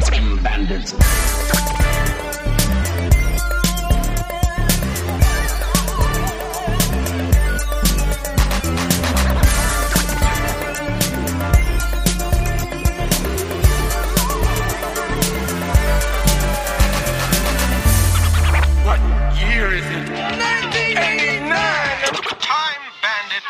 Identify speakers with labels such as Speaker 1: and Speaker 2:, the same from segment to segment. Speaker 1: Time Bandits. What year is it? 1989! Time Bandit.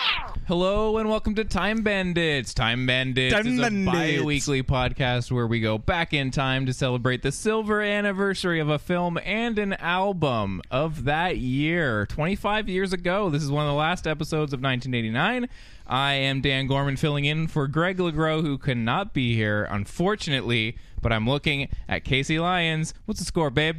Speaker 2: Hello and welcome to Time Bandits. Time Bandits
Speaker 3: Time
Speaker 2: is
Speaker 3: Bandits.
Speaker 2: a bi-weekly podcast where we go back in time to celebrate the silver anniversary of a film and an album of that year. 25 years ago. This is one of the last episodes of 1989. I am Dan Gorman filling in for Greg LeGros who could not be here unfortunately, but I'm looking at Casey Lyons. What's the score, babe?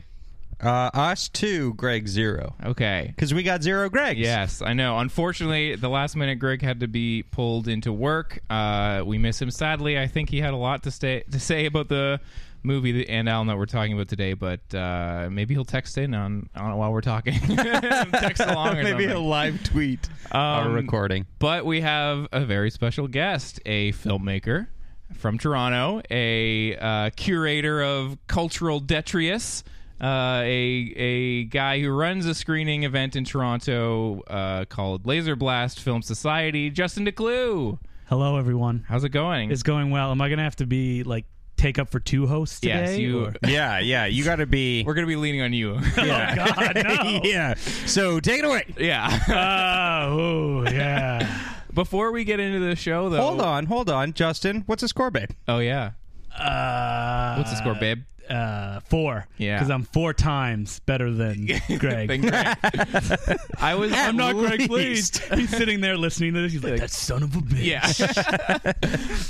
Speaker 3: Uh, us two, Greg zero,
Speaker 2: Okay.
Speaker 3: because we got zero Gregs.
Speaker 2: Yes, I know. Unfortunately, the last minute Greg had to be pulled into work. Uh, we miss him sadly. I think he had a lot to stay to say about the movie that- and Alan that we're talking about today, but uh, maybe he'll text in on, on while we're talking. text along or
Speaker 3: maybe
Speaker 2: something.
Speaker 3: a live tweet or
Speaker 2: Um,
Speaker 3: recording.
Speaker 2: But we have a very special guest, a filmmaker from Toronto, a uh, curator of cultural detritus, uh, a a guy who runs a screening event in Toronto uh, called Laser Blast Film Society. Justin DeClue,
Speaker 4: Hello, everyone.
Speaker 2: how's it going?
Speaker 4: It's going well. Am I going to have to be like take up for two hosts today?
Speaker 2: yes, you.
Speaker 4: or-
Speaker 3: Yeah, yeah, you got to be.
Speaker 2: We're gonna be leaning on you.
Speaker 3: yeah.
Speaker 4: Oh, God, no.
Speaker 3: yeah. So take it away.
Speaker 2: yeah.
Speaker 4: Ah, oh, yeah.
Speaker 2: Before we get into the show, though.
Speaker 3: Hold on, hold on, Justin. What's the score, babe?
Speaker 2: Oh yeah.
Speaker 4: Uh,
Speaker 2: What's the score, babe?
Speaker 4: Uh, four.
Speaker 2: Yeah.
Speaker 4: Because I'm four times better than Greg.
Speaker 2: Thank Greg. I was.
Speaker 4: I'm not Greg
Speaker 3: least.
Speaker 4: Please. He's sitting there listening to this. He's like, that son of a bitch.
Speaker 2: Yeah.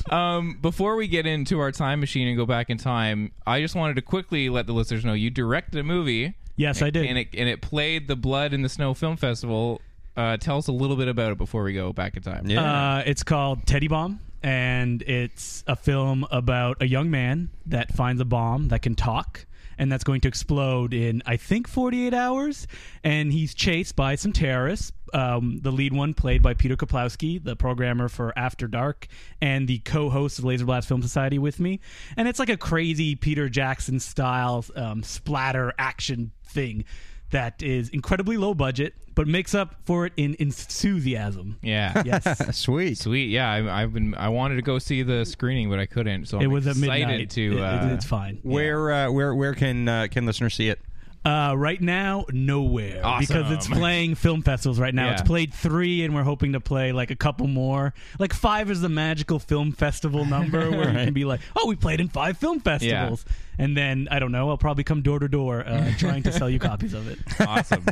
Speaker 2: um, before we get into our time machine and go back in time, I just wanted to quickly let the listeners know you directed a movie,
Speaker 4: Yes, I did.
Speaker 2: and it and it played the Blood in the Snow Film Festival. Uh, tell us a little bit about it before we go back in time.
Speaker 4: Uh, it's called Teddy Bomb, and it's a film about a young man that finds a bomb that can talk, and that's going to explode in I think 48 hours. And he's chased by some terrorists. Um, the lead one played by Peter Kaplowski, the programmer for After Dark, and the co-host of Laser Blast Film Society with me. And it's like a crazy Peter Jackson style um, splatter action thing. That is incredibly low budget, but makes up for it in enthusiasm.
Speaker 2: Yeah.
Speaker 4: Yes.
Speaker 3: Sweet.
Speaker 2: Sweet. Yeah. I, I've been. I wanted to go see the screening, but I couldn't. So
Speaker 4: It
Speaker 2: I'm
Speaker 4: was at
Speaker 2: excited
Speaker 4: midnight.
Speaker 2: to.
Speaker 4: It- it-
Speaker 2: uh,
Speaker 4: it's fine.
Speaker 3: Where, uh, where, where can uh, can listeners see it?
Speaker 4: Uh, right now, nowhere
Speaker 2: Awesome.
Speaker 4: because it's playing film festivals right now.
Speaker 2: Yeah.
Speaker 4: It's played three, and we're hoping to play like a couple more. Like five is the magical film festival number where you can be like, "Oh, we played in five film festivals," and then I don't know. I'll probably come door to door uh, trying to sell you copies of it.
Speaker 2: awesome.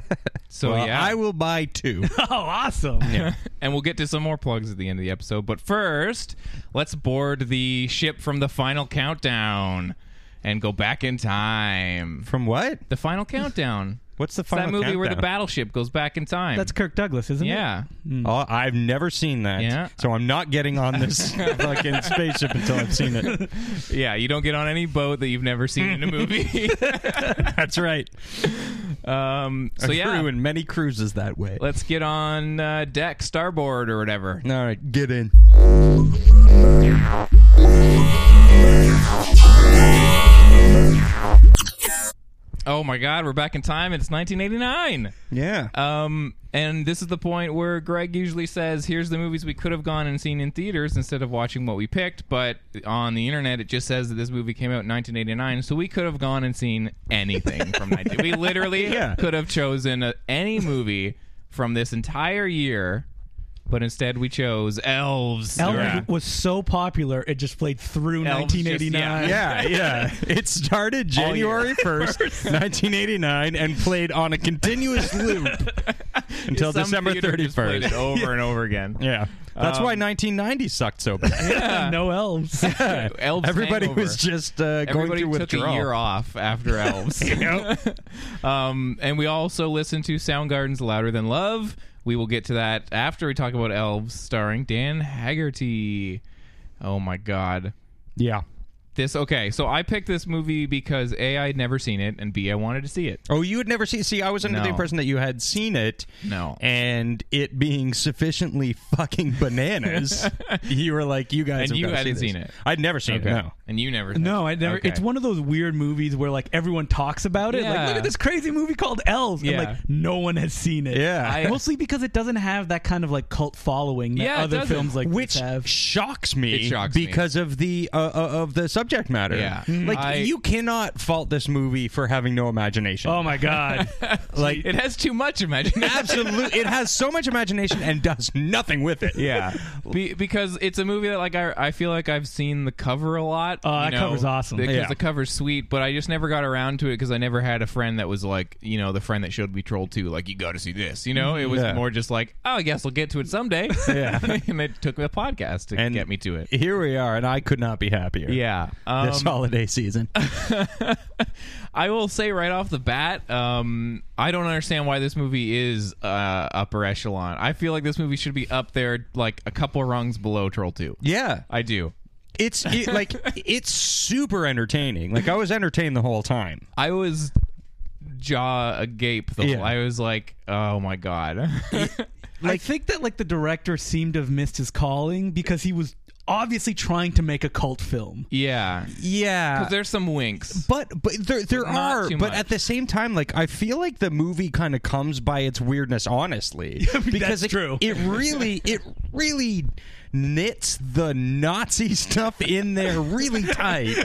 Speaker 2: So
Speaker 3: Well,
Speaker 2: yeah,
Speaker 3: I will buy two.
Speaker 4: Oh, awesome!
Speaker 2: and we'll get to some more plugs at the end of the episode. But first, let's board the ship from the final countdown and go back in time.
Speaker 3: From what?
Speaker 2: The final countdown.
Speaker 3: What's the
Speaker 2: It's that
Speaker 3: final
Speaker 2: movie where the
Speaker 3: countdown?
Speaker 2: battleship goes back in time.
Speaker 4: That's Kirk Douglas, isn't it?
Speaker 2: yeah.
Speaker 3: Oh, I've never seen that.
Speaker 2: Yeah.
Speaker 3: So I'm not getting on this fucking spaceship until I've seen it.
Speaker 2: Yeah, you don't get on any boat that you've never seen in a movie.
Speaker 3: That's right.
Speaker 2: um, so
Speaker 3: I've
Speaker 2: yeah,
Speaker 3: ruined many cruises that way.
Speaker 2: let's get on uh, deck, starboard, or whatever.
Speaker 3: All right, get in.
Speaker 2: Oh my God, we're back in time. It's 1989.
Speaker 3: Yeah.
Speaker 2: Um, and this is the point where Greg usually says, "Here's the movies we could have gone and seen in theaters instead of watching what we picked." But on the internet, it just says that this movie came out in 1989, so we could have gone and seen anything from 19. we literally
Speaker 3: Yeah.
Speaker 2: could have chosen uh any movie from this entire year, but instead we chose Elves.
Speaker 4: Elvis
Speaker 2: Yeah.
Speaker 4: was so popular it just played through
Speaker 2: Elvis just-
Speaker 4: 1989.
Speaker 3: yeah, yeah. It started
Speaker 2: Oh,
Speaker 3: January 1st, 1989, and played on a continuous loop until
Speaker 2: Some
Speaker 3: December
Speaker 2: theater just played
Speaker 3: 31st.
Speaker 2: it Um, over and over again.
Speaker 3: Yeah. That's why 1990 sucked so bad.
Speaker 4: no elves.
Speaker 2: Elves
Speaker 3: Everybody
Speaker 2: hangover.
Speaker 3: was just uh, going
Speaker 2: Everybody
Speaker 3: through
Speaker 2: took a
Speaker 3: withdrawal.
Speaker 2: year off after Elves. Um, and we also listen to Soundgarden's Louder Than Love. We will get to that after we talk about Elves, starring Dan Haggerty. Oh my God.
Speaker 3: Yeah.
Speaker 2: this. Okay, so I picked this movie because A, I had never seen it, and B, I wanted to see it.
Speaker 3: Oh, you had never seen. See, I was under the
Speaker 2: No.
Speaker 3: impression that you had seen it.
Speaker 2: No.
Speaker 3: And it being sufficiently fucking bananas, you were like, you
Speaker 2: And
Speaker 3: guys. have
Speaker 2: you
Speaker 3: gotta
Speaker 2: hadn't
Speaker 3: see this.
Speaker 2: seen it.
Speaker 3: I'd never seen it. No.
Speaker 2: And you never.
Speaker 4: No, I never.
Speaker 2: Okay.
Speaker 4: It's one of those weird movies where like everyone talks about it.
Speaker 2: Yeah.
Speaker 4: Like, look at this crazy movie called Elves,
Speaker 2: Yeah.
Speaker 4: and like no one has seen it.
Speaker 3: Yeah.
Speaker 2: I-
Speaker 4: mostly because it doesn't have that kind of like cult following that
Speaker 2: Yeah, it
Speaker 4: other
Speaker 2: doesn't.
Speaker 4: films like
Speaker 3: Which
Speaker 4: this have.
Speaker 3: shocks me
Speaker 2: It shocks me.
Speaker 3: because of the uh, uh, of the subject matter. Mm-hmm.
Speaker 2: Yeah. Mm.
Speaker 3: Like
Speaker 2: I-
Speaker 3: you cannot fault this movie for having no imagination.
Speaker 4: Oh my god!
Speaker 3: like
Speaker 2: It has too much imagination.
Speaker 3: absolutely, it has so much imagination and does nothing with it.
Speaker 2: Yeah, Be- because it's a movie that like I, I feel like I've seen the cover a lot.
Speaker 4: Oh,
Speaker 2: you
Speaker 4: that cover's awesome.
Speaker 2: Because
Speaker 3: Yeah.
Speaker 2: the cover's sweet, but I just never got around to it because I never had a friend that was like, you know, the friend that showed me Troll Two, like you got to see this. You know, it was
Speaker 3: Yeah.
Speaker 2: more just like, oh, I guess I'll get to it someday.
Speaker 3: Yeah.
Speaker 2: and it took a podcast to
Speaker 3: And
Speaker 2: get me to it.
Speaker 3: Here we are, and I could not be happier.
Speaker 2: Yeah, um,
Speaker 3: This holiday season.
Speaker 2: I will say right off the bat, um, I don't understand why this movie is uh, upper echelon. I feel like this movie should be up there, like a couple rungs below Troll Two.
Speaker 3: yeah.
Speaker 2: I do.
Speaker 3: It's it, like it's super entertaining. Like I was entertained the whole time.
Speaker 2: I was jaw agape though.
Speaker 3: Yeah.
Speaker 2: I was like, oh my god.
Speaker 4: I think that like the director seemed to have missed his calling because he was obviously trying to make a cult film.
Speaker 2: yeah.
Speaker 3: Yeah.
Speaker 2: There's some winks.
Speaker 3: But but there there
Speaker 2: Not
Speaker 3: are
Speaker 2: too
Speaker 3: but
Speaker 2: much.
Speaker 3: at the same time like I feel like the movie kind of comes by its weirdness honestly
Speaker 4: mean,
Speaker 3: because
Speaker 4: that's
Speaker 3: it,
Speaker 4: true.
Speaker 3: it really it really knits the Nazi stuff in there really tight.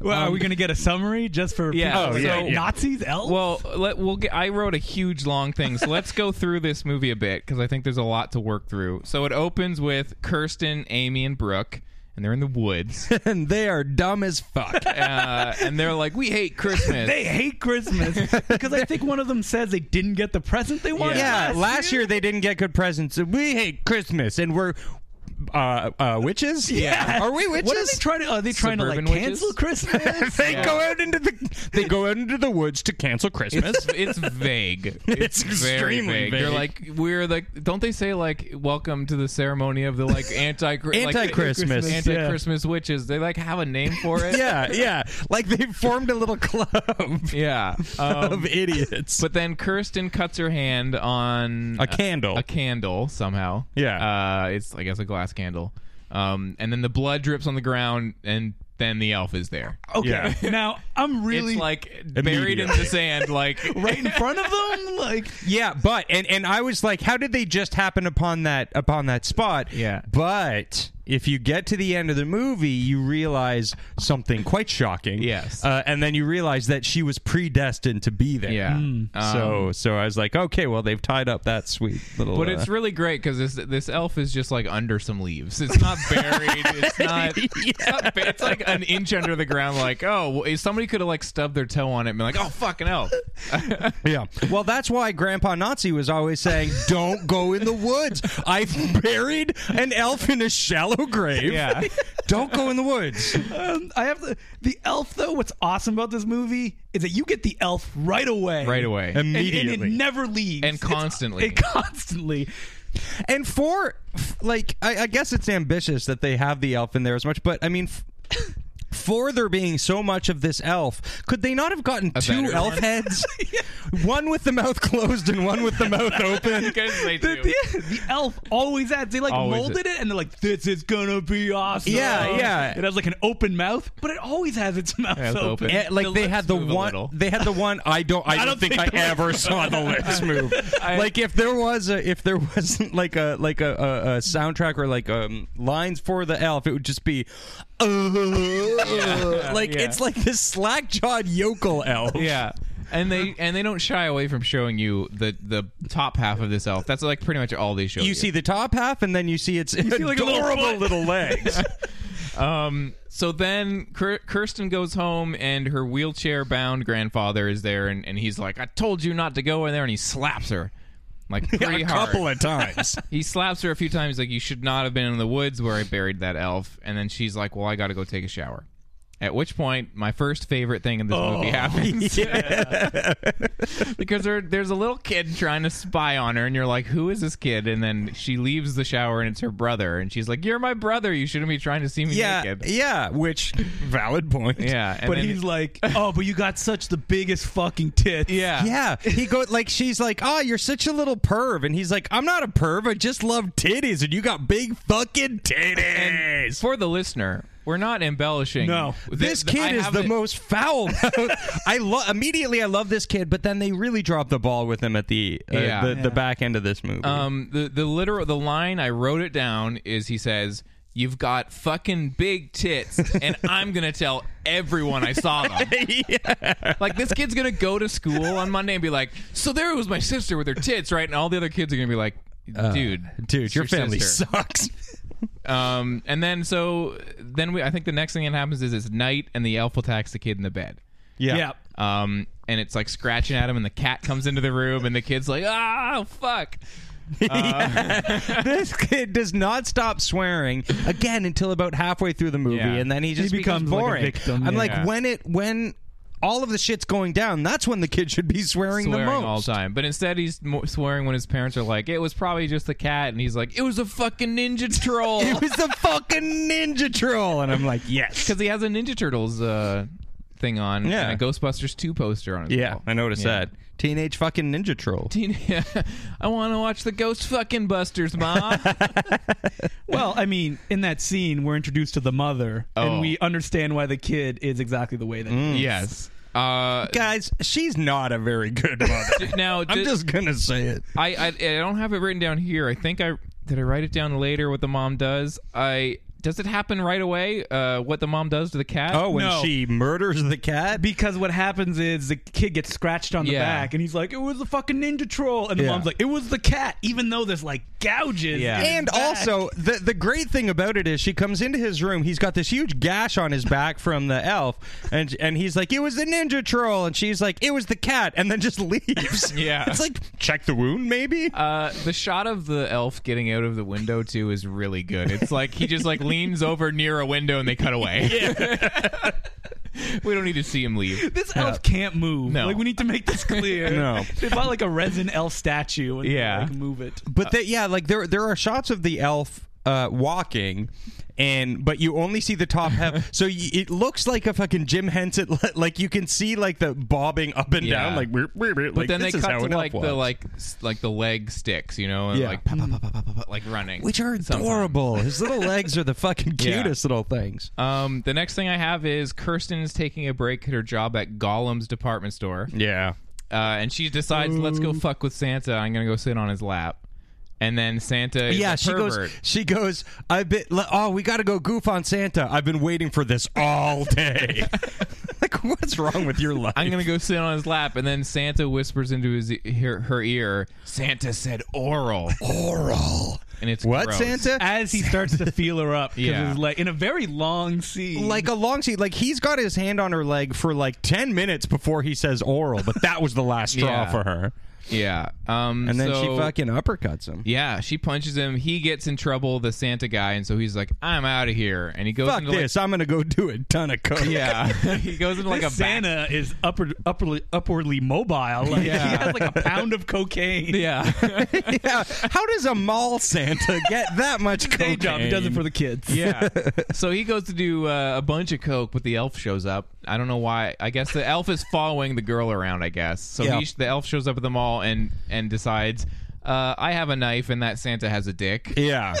Speaker 4: Well, are we going to get a summary just for
Speaker 2: Yeah.
Speaker 4: people
Speaker 2: Oh,
Speaker 4: who
Speaker 2: yeah,
Speaker 4: say
Speaker 2: yeah.
Speaker 4: Um, Nazis? Elves?
Speaker 2: Well, let, we'll get, I wrote a huge long thing, so let's go through this movie a bit because I think there's a lot to work through. So it opens with Kirsten, Amy, and Brooke, and they're in the woods,
Speaker 3: and they are dumb as fuck.
Speaker 2: uh, and they're like, "We hate Christmas."
Speaker 4: they hate Christmas because I think one of them says they didn't get the present they wanted.
Speaker 3: Yeah,
Speaker 4: last
Speaker 3: last year they didn't get good presents. We hate Christmas, and we're uh, uh, witches.
Speaker 4: Yeah.
Speaker 3: are we witches?
Speaker 4: What are they trying to? Are they trying
Speaker 2: Suburban
Speaker 4: to like
Speaker 2: witches?
Speaker 4: cancel Christmas?
Speaker 3: they
Speaker 2: Yeah.
Speaker 3: go out into the they go out into the woods to cancel Christmas.
Speaker 2: It's, it's vague.
Speaker 3: It's
Speaker 2: very
Speaker 3: extremely vague.
Speaker 2: They're like we're like don't they say like welcome to the ceremony of the like anti
Speaker 3: Anti-Christmas, yeah.
Speaker 2: anti Christmas witches. They like have a name for it.
Speaker 3: yeah, yeah. Like they formed a little club
Speaker 2: yeah. Um,
Speaker 3: of idiots.
Speaker 2: but then Kirsten cuts her hand on
Speaker 3: a candle.
Speaker 2: a candle somehow.
Speaker 3: Yeah.
Speaker 2: Uh, it's I guess a glass candle. Um, and then the blood drips on the ground, and then the elf is there.
Speaker 4: okay.
Speaker 3: Yeah.
Speaker 4: Now I'm really
Speaker 2: It's like buried in the sand, like
Speaker 4: right in front of them. Like
Speaker 3: yeah, but and and I was like, how did they just happen upon that upon that spot?
Speaker 2: Yeah.
Speaker 3: But if you get to the end of the movie, you realize something quite shocking.
Speaker 2: Yes.
Speaker 3: Uh, and then you realize that she was predestined to be there.
Speaker 2: Yeah. Um,
Speaker 3: So so I was like, okay, well they've tied up that sweet little.
Speaker 2: But
Speaker 3: uh,
Speaker 2: it's really great because this this elf is just like under some leaves. It's not buried. it's not. It's, not ba- it's like an inch under the ground. Like oh, well, if somebody could have like stubbed their toe on it and been like, oh fucking elf.
Speaker 3: Yeah. Well, that's why Grandpa Nazi was always saying, "Don't go in the woods." I've buried an elf in a shallow grave.
Speaker 2: Yeah.
Speaker 3: Don't go in the woods.
Speaker 4: um, I have the the elf though. What's awesome about this movie is that you get the elf right away.
Speaker 2: Right away.
Speaker 4: And- And,
Speaker 3: Immediately.
Speaker 4: it never leaves.
Speaker 2: And
Speaker 4: It's-
Speaker 2: constantly.
Speaker 4: It constantly.
Speaker 3: And for f- like, I, I guess it's ambitious that they have the elf in there as much, but I mean. F- For there being so much of this elf, could they not have gotten two
Speaker 2: better
Speaker 3: elf
Speaker 2: one?
Speaker 3: heads? One with the mouth closed and one with the mouth open.
Speaker 2: Because they
Speaker 4: The,
Speaker 2: do.
Speaker 4: the, the elf always adds. They like
Speaker 2: Always
Speaker 4: molded it, and they're like, "This is gonna be awesome."
Speaker 3: Yeah, yeah.
Speaker 4: It has like an open mouth, but it always has its mouth
Speaker 2: it's
Speaker 4: open.
Speaker 2: open.
Speaker 3: Yeah, like
Speaker 2: The
Speaker 3: they
Speaker 2: lips
Speaker 3: had the
Speaker 2: move a
Speaker 3: one.
Speaker 2: little.
Speaker 3: They had the one. I don't. I, don't,
Speaker 4: don't
Speaker 3: think,
Speaker 4: think the
Speaker 3: I ever saw the lips move. like if there was a, if there wasn't like a like a, a, a soundtrack or like um lines for the elf, it would just be, uh, like
Speaker 2: yeah.
Speaker 3: it's like this slack jawed yokel elf.
Speaker 2: Yeah. And they and they don't shy away from showing you the the top half of this elf. That's like pretty much all they show. You,
Speaker 3: You see the top half, and then you see its
Speaker 4: like, a little
Speaker 3: adorable
Speaker 4: foot.
Speaker 3: little legs.
Speaker 2: Um. So then Kir- Kirsten goes home, and her wheelchair bound grandfather is there, and, and he's like, "I told you not to go in there," and he slaps her, like pretty
Speaker 3: a
Speaker 2: hard.
Speaker 3: couple of times.
Speaker 2: He slaps her a few times, like, you should not have been in the woods where I buried that elf. And then she's like, well, I got to go take a shower. At which point, my first favorite thing in this
Speaker 3: Oh,
Speaker 2: movie happens because there, there's a little kid trying to spy on her, and you're like, "Who is this kid?" And then she leaves the shower, and it's her brother, and she's like, "You're my brother. You shouldn't be trying to see me
Speaker 3: Yeah,
Speaker 2: naked."
Speaker 3: yeah. Which valid point.
Speaker 2: Yeah, and
Speaker 4: but
Speaker 2: then-
Speaker 4: he's like, oh, but you got such the biggest fucking tits.
Speaker 2: yeah,
Speaker 3: Yeah, he go like she's like, "Oh, you're such a little perv," and he's like, "I'm not a perv. I just love titties, and you got big fucking titties."
Speaker 2: For the listener, we're not embellishing.
Speaker 4: No.
Speaker 2: Th-
Speaker 3: this
Speaker 2: th- I
Speaker 3: kid is
Speaker 2: have
Speaker 3: the
Speaker 2: it-
Speaker 3: most foul. I lo- immediately I love this kid, but then they really drop the ball with him at the uh,
Speaker 2: Yeah.
Speaker 3: the,
Speaker 2: Yeah.
Speaker 3: the back end of this movie.
Speaker 2: Um, the the literal the line I wrote it down is he says. You've got fucking big tits, and I'm gonna tell everyone I saw them. Like this kid's gonna go to school on Monday and be like, "So there was my sister with her tits, right?" And all the other kids are gonna be like, "Dude,
Speaker 3: Uh, Dude,
Speaker 2: it's
Speaker 3: your family
Speaker 2: sister."
Speaker 3: sucks.
Speaker 2: Um, and then so then we, I think the next thing that happens is it's night and the elf attacks the kid in the bed.
Speaker 3: yeah.
Speaker 4: Yeah.
Speaker 2: Um, and it's like scratching at him, and the cat comes into the room, and the kid's like, "Ah, fuck."
Speaker 3: this kid does not stop swearing again until about halfway through the movie,
Speaker 2: Yeah.
Speaker 3: and then he just
Speaker 4: becomes like a
Speaker 3: boring.
Speaker 4: victim,
Speaker 3: I'm
Speaker 4: yeah.
Speaker 3: like,
Speaker 2: Yeah.
Speaker 3: when it when all of the shit's going down, that's when the kid should be swearing,
Speaker 2: swearing
Speaker 3: the most.
Speaker 2: all the time. But instead, he's mo- swearing when his parents are like, "It was probably just the cat," and he's like, "It was a fucking ninja troll,"
Speaker 3: It was the fucking Ninja Troll, and I'm like, yes.
Speaker 2: because he has a Ninja Turtles uh, thing on,
Speaker 3: Yeah.
Speaker 2: and a Ghostbusters two poster on his
Speaker 3: "Oh, Yeah,
Speaker 2: wall.
Speaker 3: I noticed
Speaker 2: Yeah.
Speaker 3: that teenage fucking Ninja Troll.
Speaker 2: Teen- I want to watch the Ghost fucking Busters, mom.
Speaker 4: Well, I mean, in that scene, we're introduced to the mother,
Speaker 2: Oh. Mm.
Speaker 4: and we understand why the kid is exactly the way that he is.
Speaker 2: yes. Uh,
Speaker 3: Guys, she's not a very good mother.
Speaker 2: now
Speaker 3: I'm
Speaker 2: ju-
Speaker 3: just gonna say it.
Speaker 2: I, I I don't have it written down here. I think I did. I write it down later. What the mom does. I does it happen right away? Uh, what the mom does to the cat?
Speaker 3: Oh, when
Speaker 4: No.
Speaker 3: she murders the cat.
Speaker 4: Because what happens is the kid gets scratched on the
Speaker 2: Yeah.
Speaker 4: back, and he's like, "It was the fucking ninja troll," and the
Speaker 3: Yeah.
Speaker 4: mom's like, "It was the cat," even though there's like gouges.
Speaker 2: Yeah.
Speaker 4: in his
Speaker 3: And
Speaker 4: back.
Speaker 3: also, the the great thing about it is she comes into his room. He's got this huge gash on his back from the elf, and and he's like, "It was the ninja troll," and she's like, "It was the cat," and then just leaves.
Speaker 2: Yeah.
Speaker 3: it's like check the wound, maybe.
Speaker 2: Uh, the shot of the elf getting out of the window too is really good. It's like he just like leans over near a window and they cut away. we don't need to see him leave.
Speaker 4: This elf can't move.
Speaker 2: No.
Speaker 4: Like we need to make this clear.
Speaker 3: No.
Speaker 4: They bought like a resin elf statue and they,
Speaker 2: Yeah.
Speaker 4: like move it.
Speaker 3: But they, yeah, like there there are shots of the elf uh, walking, and but you only see the top half, so y it looks like a fucking Jim Henson. Like you can see like the bobbing up and
Speaker 2: Yeah.
Speaker 3: down, like we're we're we're-
Speaker 2: But
Speaker 3: like,
Speaker 2: then they
Speaker 3: this is
Speaker 2: cut
Speaker 3: how
Speaker 2: to
Speaker 3: an elf
Speaker 2: like the
Speaker 3: walks.
Speaker 2: like s- like the leg sticks, you know, and
Speaker 3: Yeah.
Speaker 2: like pa- pa- pa- pa- pa- pa- pa- like running,
Speaker 3: which are
Speaker 2: sometimes.
Speaker 3: adorable. His little legs are the fucking
Speaker 2: Yeah.
Speaker 3: cutest little things.
Speaker 2: Um, the next thing I have is Kirsten is taking a break at her job at Gollum's department store.
Speaker 3: Yeah.
Speaker 2: uh, and she decides, "Let's go fuck with Santa. I'm gonna go sit on his lap." And then Santa, is
Speaker 3: Yeah,
Speaker 2: a
Speaker 3: she
Speaker 2: pervert.
Speaker 3: goes. She goes. I've been. le- Oh, we got to go goof on Santa. I've been waiting for this all day. like, what's wrong with your life?
Speaker 2: I'm gonna go sit on his lap, and then Santa whispers into his e- her, her ear. Santa said oral,
Speaker 3: oral.
Speaker 2: and it's
Speaker 3: Oh, What
Speaker 2: gross.
Speaker 3: Santa?
Speaker 4: As he starts to feel her up, because
Speaker 2: Yeah.
Speaker 4: it's like in a very long scene.
Speaker 3: like a long seat. Like he's got his hand on her leg for like ten minutes before he says oral, but that was the last straw
Speaker 2: Yeah.
Speaker 3: for her.
Speaker 2: Yeah. Um.
Speaker 3: And then she
Speaker 2: so-
Speaker 3: fucking uppercuts him.
Speaker 2: Yeah, she punches him. He gets in trouble, the Santa guy, and so he's like, "I'm out of here." And he goes
Speaker 3: Fuck
Speaker 2: into like,
Speaker 3: this! I'm gonna go do a ton of coke.
Speaker 2: yeah, he goes into like
Speaker 4: This
Speaker 2: a back-
Speaker 4: Santa is upward, upwardly, upwardly mobile. Like,
Speaker 2: Yeah.
Speaker 4: He has like a pound of cocaine.
Speaker 2: Yeah.
Speaker 3: yeah. How does a mall Santa get that much
Speaker 4: Day
Speaker 3: cocaine?
Speaker 4: job. He does it for the kids.
Speaker 2: Yeah. so he goes to do uh, a bunch of coke, but the elf shows up. I don't know why. I guess the elf is following the girl around. I guess so.
Speaker 3: Yeah.
Speaker 2: He, the elf shows up at the mall and and decides, uh, I have a knife, and that Santa has a dick.
Speaker 3: Yeah.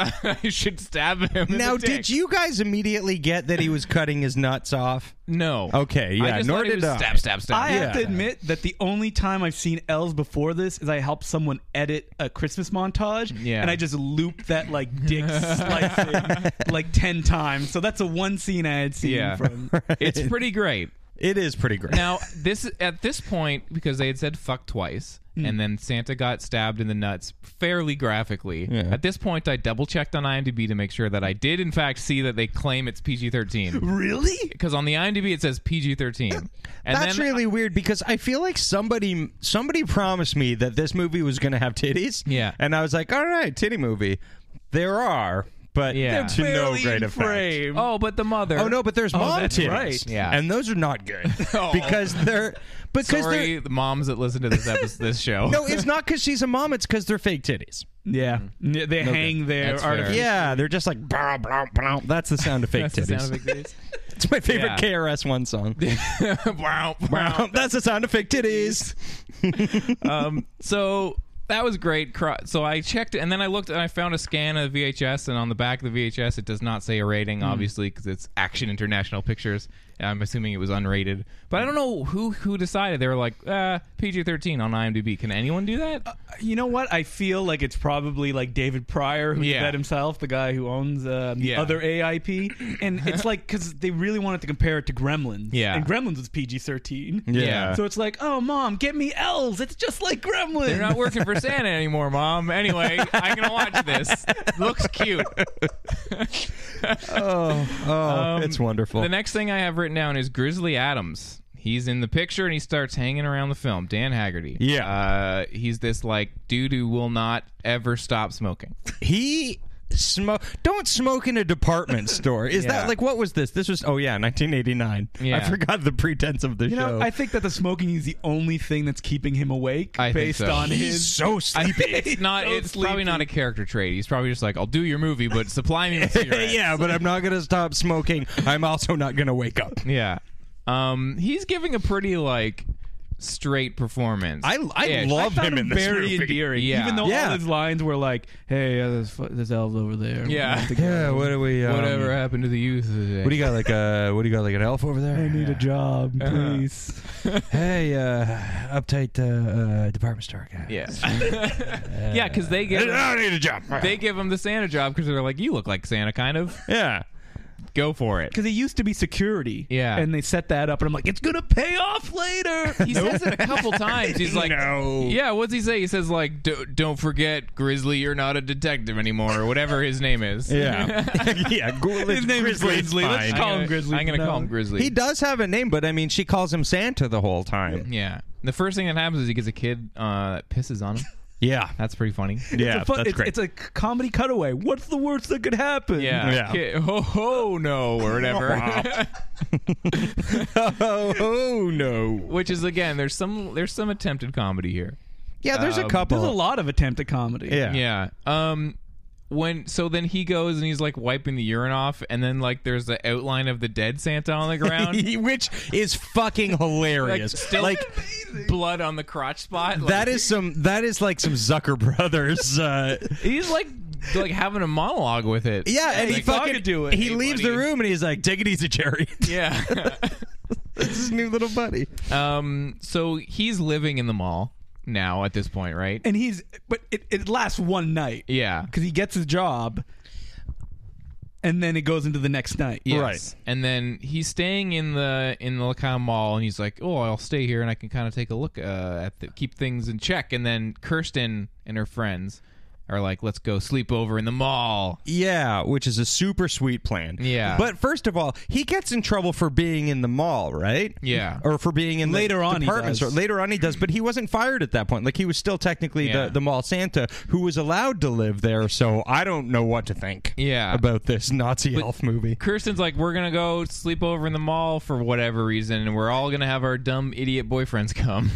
Speaker 2: I should stab him. in
Speaker 3: Now,
Speaker 2: the dick.
Speaker 3: did you guys immediately get that he was cutting his nuts off?
Speaker 2: No.
Speaker 3: Okay, yeah,
Speaker 2: I just
Speaker 3: nor
Speaker 2: thought he
Speaker 3: did
Speaker 2: was
Speaker 3: I.
Speaker 2: Stab, stab, stab.
Speaker 4: I have to
Speaker 3: Yeah.
Speaker 4: admit that the only time I've seen elves before this is I helped someone edit a Christmas montage,
Speaker 2: Yeah.
Speaker 4: and I just looped that like dick slicing like ten times. So that's a one scene I had seen
Speaker 2: Yeah.
Speaker 4: from.
Speaker 2: It's pretty great.
Speaker 3: It is pretty great.
Speaker 2: Now, this at this point because they had said fuck twice and then Santa got stabbed in the nuts fairly graphically. At this point, I double checked on IMDb to make sure that I did in fact see that they claim it's PG-13
Speaker 4: Really?
Speaker 2: because on the IMDb it says PG-13. And
Speaker 3: That's
Speaker 2: then
Speaker 3: really weird because I feel like somebody somebody promised me that this movie was going to have titties.
Speaker 2: Yeah.
Speaker 3: and I was like, all right, titty movie. There are, but
Speaker 2: Yeah.
Speaker 3: to no
Speaker 4: Barely
Speaker 3: great
Speaker 4: in
Speaker 3: effect.
Speaker 4: frame.
Speaker 2: Oh, but the mother.
Speaker 3: Oh no, but there's mom
Speaker 4: that's
Speaker 3: titties,
Speaker 4: right. Oh.
Speaker 2: Yeah.
Speaker 3: and those are not good because they're because
Speaker 2: Sorry,
Speaker 3: they're
Speaker 2: the moms that listen to this episode, this show.
Speaker 3: no, it's not because she's a mom. It's because they're fake titties.
Speaker 4: Yeah, N- they hang there.
Speaker 2: Mm-hmm. That's fair.
Speaker 4: artific-
Speaker 3: Yeah, they're just like blah, blah, blah. that's the sound of fake
Speaker 2: That's the
Speaker 3: titties.
Speaker 2: sound of it.
Speaker 3: it's my favorite
Speaker 2: Yeah.
Speaker 3: KRS One song.
Speaker 2: wow,
Speaker 3: Wow,
Speaker 2: wow.
Speaker 3: that's the sound of fake titties.
Speaker 2: Um, so that was great. Cro- So I checked, and then I looked, and I found a scan of the VHS, and on the back of the VHS, it does not say a rating, obviously, because it's Action International Pictures. and I'm assuming it was unrated, but I don't know who who decided. They were like uh, PG-13 on IMDb. Can anyone do that?
Speaker 4: You know what? I feel like it's probably like David Pryor who
Speaker 2: Yeah.
Speaker 4: did that himself, the guy who owns uh, the
Speaker 2: Yeah.
Speaker 4: other AIP, and it's like because they really wanted to compare it to Gremlins.
Speaker 2: Yeah.
Speaker 4: and Gremlins was PG thirteen.
Speaker 2: Yeah.
Speaker 4: So it's like, oh, mom, get me L's. It's just like Gremlins.
Speaker 2: They're not working for Santa anymore, Mom. Anyway, I'm gonna watch this. Looks cute.
Speaker 3: oh, oh,
Speaker 2: Um,
Speaker 3: it's wonderful.
Speaker 2: The next thing I have written down is Grizzly Adams. He's in the picture and he starts hanging around the film. Dan Haggerty.
Speaker 3: Yeah.
Speaker 2: Uh, he's this like dude who will not ever stop smoking.
Speaker 3: he smoke. Don't smoke in a department store. Is
Speaker 2: Yeah.
Speaker 3: that like what was this? This was oh yeah, 1989. I
Speaker 2: Yeah.
Speaker 3: forgot the pretense of the
Speaker 4: You
Speaker 3: show.
Speaker 4: know, I think that the smoking is the only thing that's keeping him awake,
Speaker 2: I think
Speaker 4: based
Speaker 2: so.
Speaker 4: on
Speaker 3: He's
Speaker 4: his.
Speaker 3: so sleepy.
Speaker 2: It's not.
Speaker 4: So
Speaker 2: it's probably
Speaker 4: sleepy.
Speaker 2: not a character trait. He's probably just like, I'll do your movie, but supply me with cigarettes.
Speaker 3: yeah, but I'm not gonna stop smoking. I'm also not gonna wake up.
Speaker 2: Yeah. Um. He's giving a pretty like straight performance.
Speaker 3: I I
Speaker 2: Yeah,
Speaker 3: love
Speaker 4: found
Speaker 3: him in this
Speaker 4: very
Speaker 3: movie.
Speaker 4: endearing,
Speaker 2: Yeah.
Speaker 4: even though
Speaker 3: Yeah.
Speaker 4: all his lines were like, "Hey, uh, there's, fu- there's elves over there." We
Speaker 2: Yeah.
Speaker 4: have to get-
Speaker 3: Yeah, what do we? Um,
Speaker 2: Whatever happened to the youth? Today?
Speaker 3: What do you got? Like a what do you got? Like an elf over
Speaker 4: I
Speaker 3: there?
Speaker 4: need a job,
Speaker 2: Uh-huh.
Speaker 4: please.
Speaker 3: Hey, uh, uptight uh, uh, department store guy.
Speaker 2: Yeah. yeah, because they give
Speaker 3: I need a job.
Speaker 2: they give him the Santa job because they're like, you look like Santa, kind of.
Speaker 3: yeah.
Speaker 2: Go for it.
Speaker 4: because it used to be security.
Speaker 2: Yeah.
Speaker 4: and they set that up, and I'm like, it's gonna pay off later.
Speaker 2: He says it a couple times. He's like,
Speaker 3: No.
Speaker 2: yeah, what's he say? He says like, "Do- don't forget, Grizzly, you're not a detective anymore, or whatever his name is.
Speaker 3: Yeah. yeah.
Speaker 4: His name is Grizzly. Let's
Speaker 2: I'm
Speaker 4: Call
Speaker 2: gonna-
Speaker 4: him Grizzly.
Speaker 2: I'm gonna
Speaker 4: No.
Speaker 2: call him Grizzly.
Speaker 3: He does have a name, but I mean, she calls him Santa the whole time.
Speaker 2: yeah. The first thing that happens is he gets a kid uh, that pisses on him.
Speaker 3: Yeah.
Speaker 2: That's pretty funny.
Speaker 4: it's
Speaker 3: Yeah.
Speaker 4: a fun-
Speaker 3: that's
Speaker 4: it's,
Speaker 3: great.
Speaker 4: it's a comedy cutaway. What's the worst that could happen?
Speaker 2: Yeah.
Speaker 3: Yeah.
Speaker 2: Kid- ho ho no or whatever.
Speaker 3: oh, oh, no.
Speaker 2: Which is again, there's some there's some attempted comedy here.
Speaker 3: Yeah, there's a
Speaker 2: Um,
Speaker 3: couple.
Speaker 4: there's a lot of attempt at comedy.
Speaker 3: Yeah.
Speaker 2: Yeah. Um when so then he goes and he's like wiping the urine off and then like there's the outline of the dead Santa on the ground.
Speaker 3: Which is fucking
Speaker 2: like
Speaker 3: hilarious.
Speaker 2: still
Speaker 3: like
Speaker 2: blood on the crotch spot. Like,
Speaker 3: that is some that is like some Zucker brothers uh
Speaker 2: he's like like having a monologue with it.
Speaker 3: Yeah, and he
Speaker 2: Like,
Speaker 3: fucking
Speaker 4: could do it.
Speaker 3: He
Speaker 2: Hey,
Speaker 3: leaves
Speaker 2: buddy.
Speaker 3: the room and he's like, "Take it easy, Jerry."
Speaker 2: Yeah.
Speaker 3: That's his new little buddy.
Speaker 2: um so he's living in the mall now at this point, right?
Speaker 4: and he's but it, it lasts one night.
Speaker 2: yeah.
Speaker 4: because he gets his job, and then it goes into the next night.
Speaker 2: Yes.
Speaker 3: Right.
Speaker 2: And then he's staying in the in the Lacan Mall, and he's like, "Oh, I'll stay here, and I can kind of take a look uh, at the, keep things in check." And then Kirsten and her friends are like, "Let's go sleep over in the mall."
Speaker 3: Yeah, which is a super sweet plan.
Speaker 2: Yeah.
Speaker 3: But first of all, he gets in trouble for being in the mall, right?
Speaker 2: Yeah.
Speaker 3: Or for being in
Speaker 4: Later
Speaker 3: the
Speaker 4: on he does.
Speaker 3: department store. Later on, he does, but he wasn't fired at that point. Like he was still technically
Speaker 2: Yeah.
Speaker 3: the, the mall Santa who was allowed to live there. So I don't know what to think.
Speaker 2: Yeah.
Speaker 3: About this Nazi elf movie.
Speaker 2: Kirsten's like, "We're gonna go sleep over in the mall for whatever reason, and we're all gonna have our dumb idiot boyfriends come."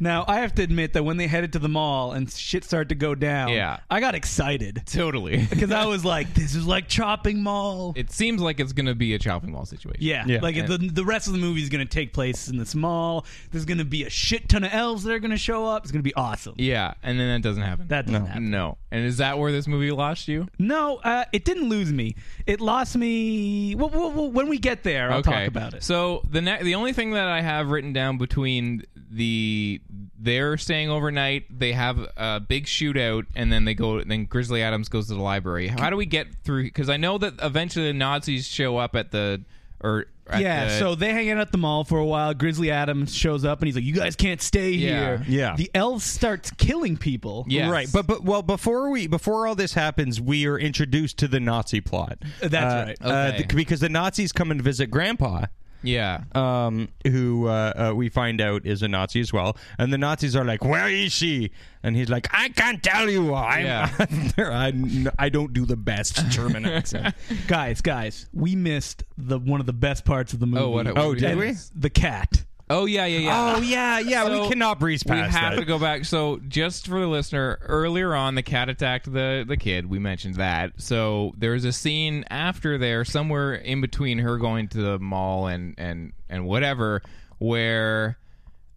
Speaker 4: Now I have to admit that when they headed to the mall and shit started to go down,
Speaker 2: Yeah.
Speaker 4: I got excited
Speaker 2: totally.
Speaker 4: because I was like, this is like chopping mall.
Speaker 2: It seems like it's gonna be a chopping mall situation.
Speaker 4: Yeah,
Speaker 3: Yeah.
Speaker 4: like the the rest of the movie is going to take place in this mall. There's going to be a shit ton of elves that are going to show up. It's going to be awesome.
Speaker 2: Yeah, and then that doesn't happen.
Speaker 4: That doesn't happen.
Speaker 2: no. And is that where this movie lost you?
Speaker 4: No, uh, it didn't lose me. It lost me. Well, well, well, when we get there, I'll talk about it.
Speaker 2: So the ne- the only thing that I have written down between the they're staying overnight, they have a big shootout, and then they go. Then Grizzly Adams goes to the library. How do we get through? Because I know that eventually the Nazis show up at the or at
Speaker 4: yeah,
Speaker 2: the-
Speaker 4: so they hang out at the mall for a while. Grizzly Adams shows up and he's like, "You guys can't stay
Speaker 2: Yeah.
Speaker 4: here."
Speaker 3: Yeah.
Speaker 4: the elves starts killing people.
Speaker 2: Yes.
Speaker 3: Right, but but well, before we before all this happens, we are introduced to the Nazi plot.
Speaker 4: Uh, that's
Speaker 3: Uh,
Speaker 4: right.
Speaker 3: uh,
Speaker 2: Okay.
Speaker 3: th- because the Nazis come and visit Grandpa,
Speaker 2: Yeah.
Speaker 3: um, who uh, uh, we find out is a Nazi as well. And the Nazis are like, "Where is she?" And he's like, "I can't tell you. I'm,
Speaker 2: Yeah.
Speaker 3: I'm I don't do the best German accent."
Speaker 4: guys, guys, we missed the one of the best parts of the movie.
Speaker 2: Oh, what it
Speaker 3: Oh,
Speaker 2: was.
Speaker 3: did
Speaker 2: And-
Speaker 3: we?
Speaker 4: The cat.
Speaker 2: Oh yeah, yeah, yeah.
Speaker 3: oh yeah, yeah.
Speaker 2: So
Speaker 3: we cannot breeze
Speaker 2: we
Speaker 3: past
Speaker 2: have
Speaker 3: that.
Speaker 2: to go back. So, just for the listener, earlier on, the cat attacked the the kid. We mentioned that. So there's a scene after there, somewhere in between her going to the mall and and and whatever, where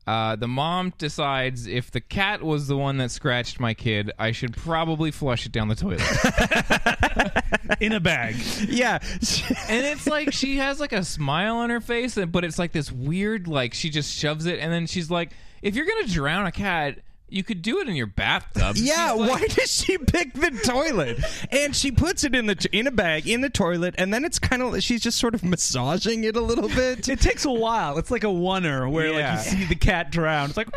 Speaker 2: uh, the mom decides if the cat was the one that scratched my kid, I should probably flush it down the toilet.
Speaker 4: In a bag.
Speaker 3: yeah,
Speaker 2: and it's like she has like a smile on her face, and- but it's like this weird, like she just shoves it, and then she's like, "If you're gonna drown a cat, you could do it in your bathtub."
Speaker 3: yeah. why does she pick the toilet? And she puts it in the t- in a bag in the toilet, and then it's kind of she's just sort of massaging it a little bit.
Speaker 4: It takes a while. It's like a oneer where
Speaker 2: Yeah.
Speaker 4: like you see the cat drown. It's like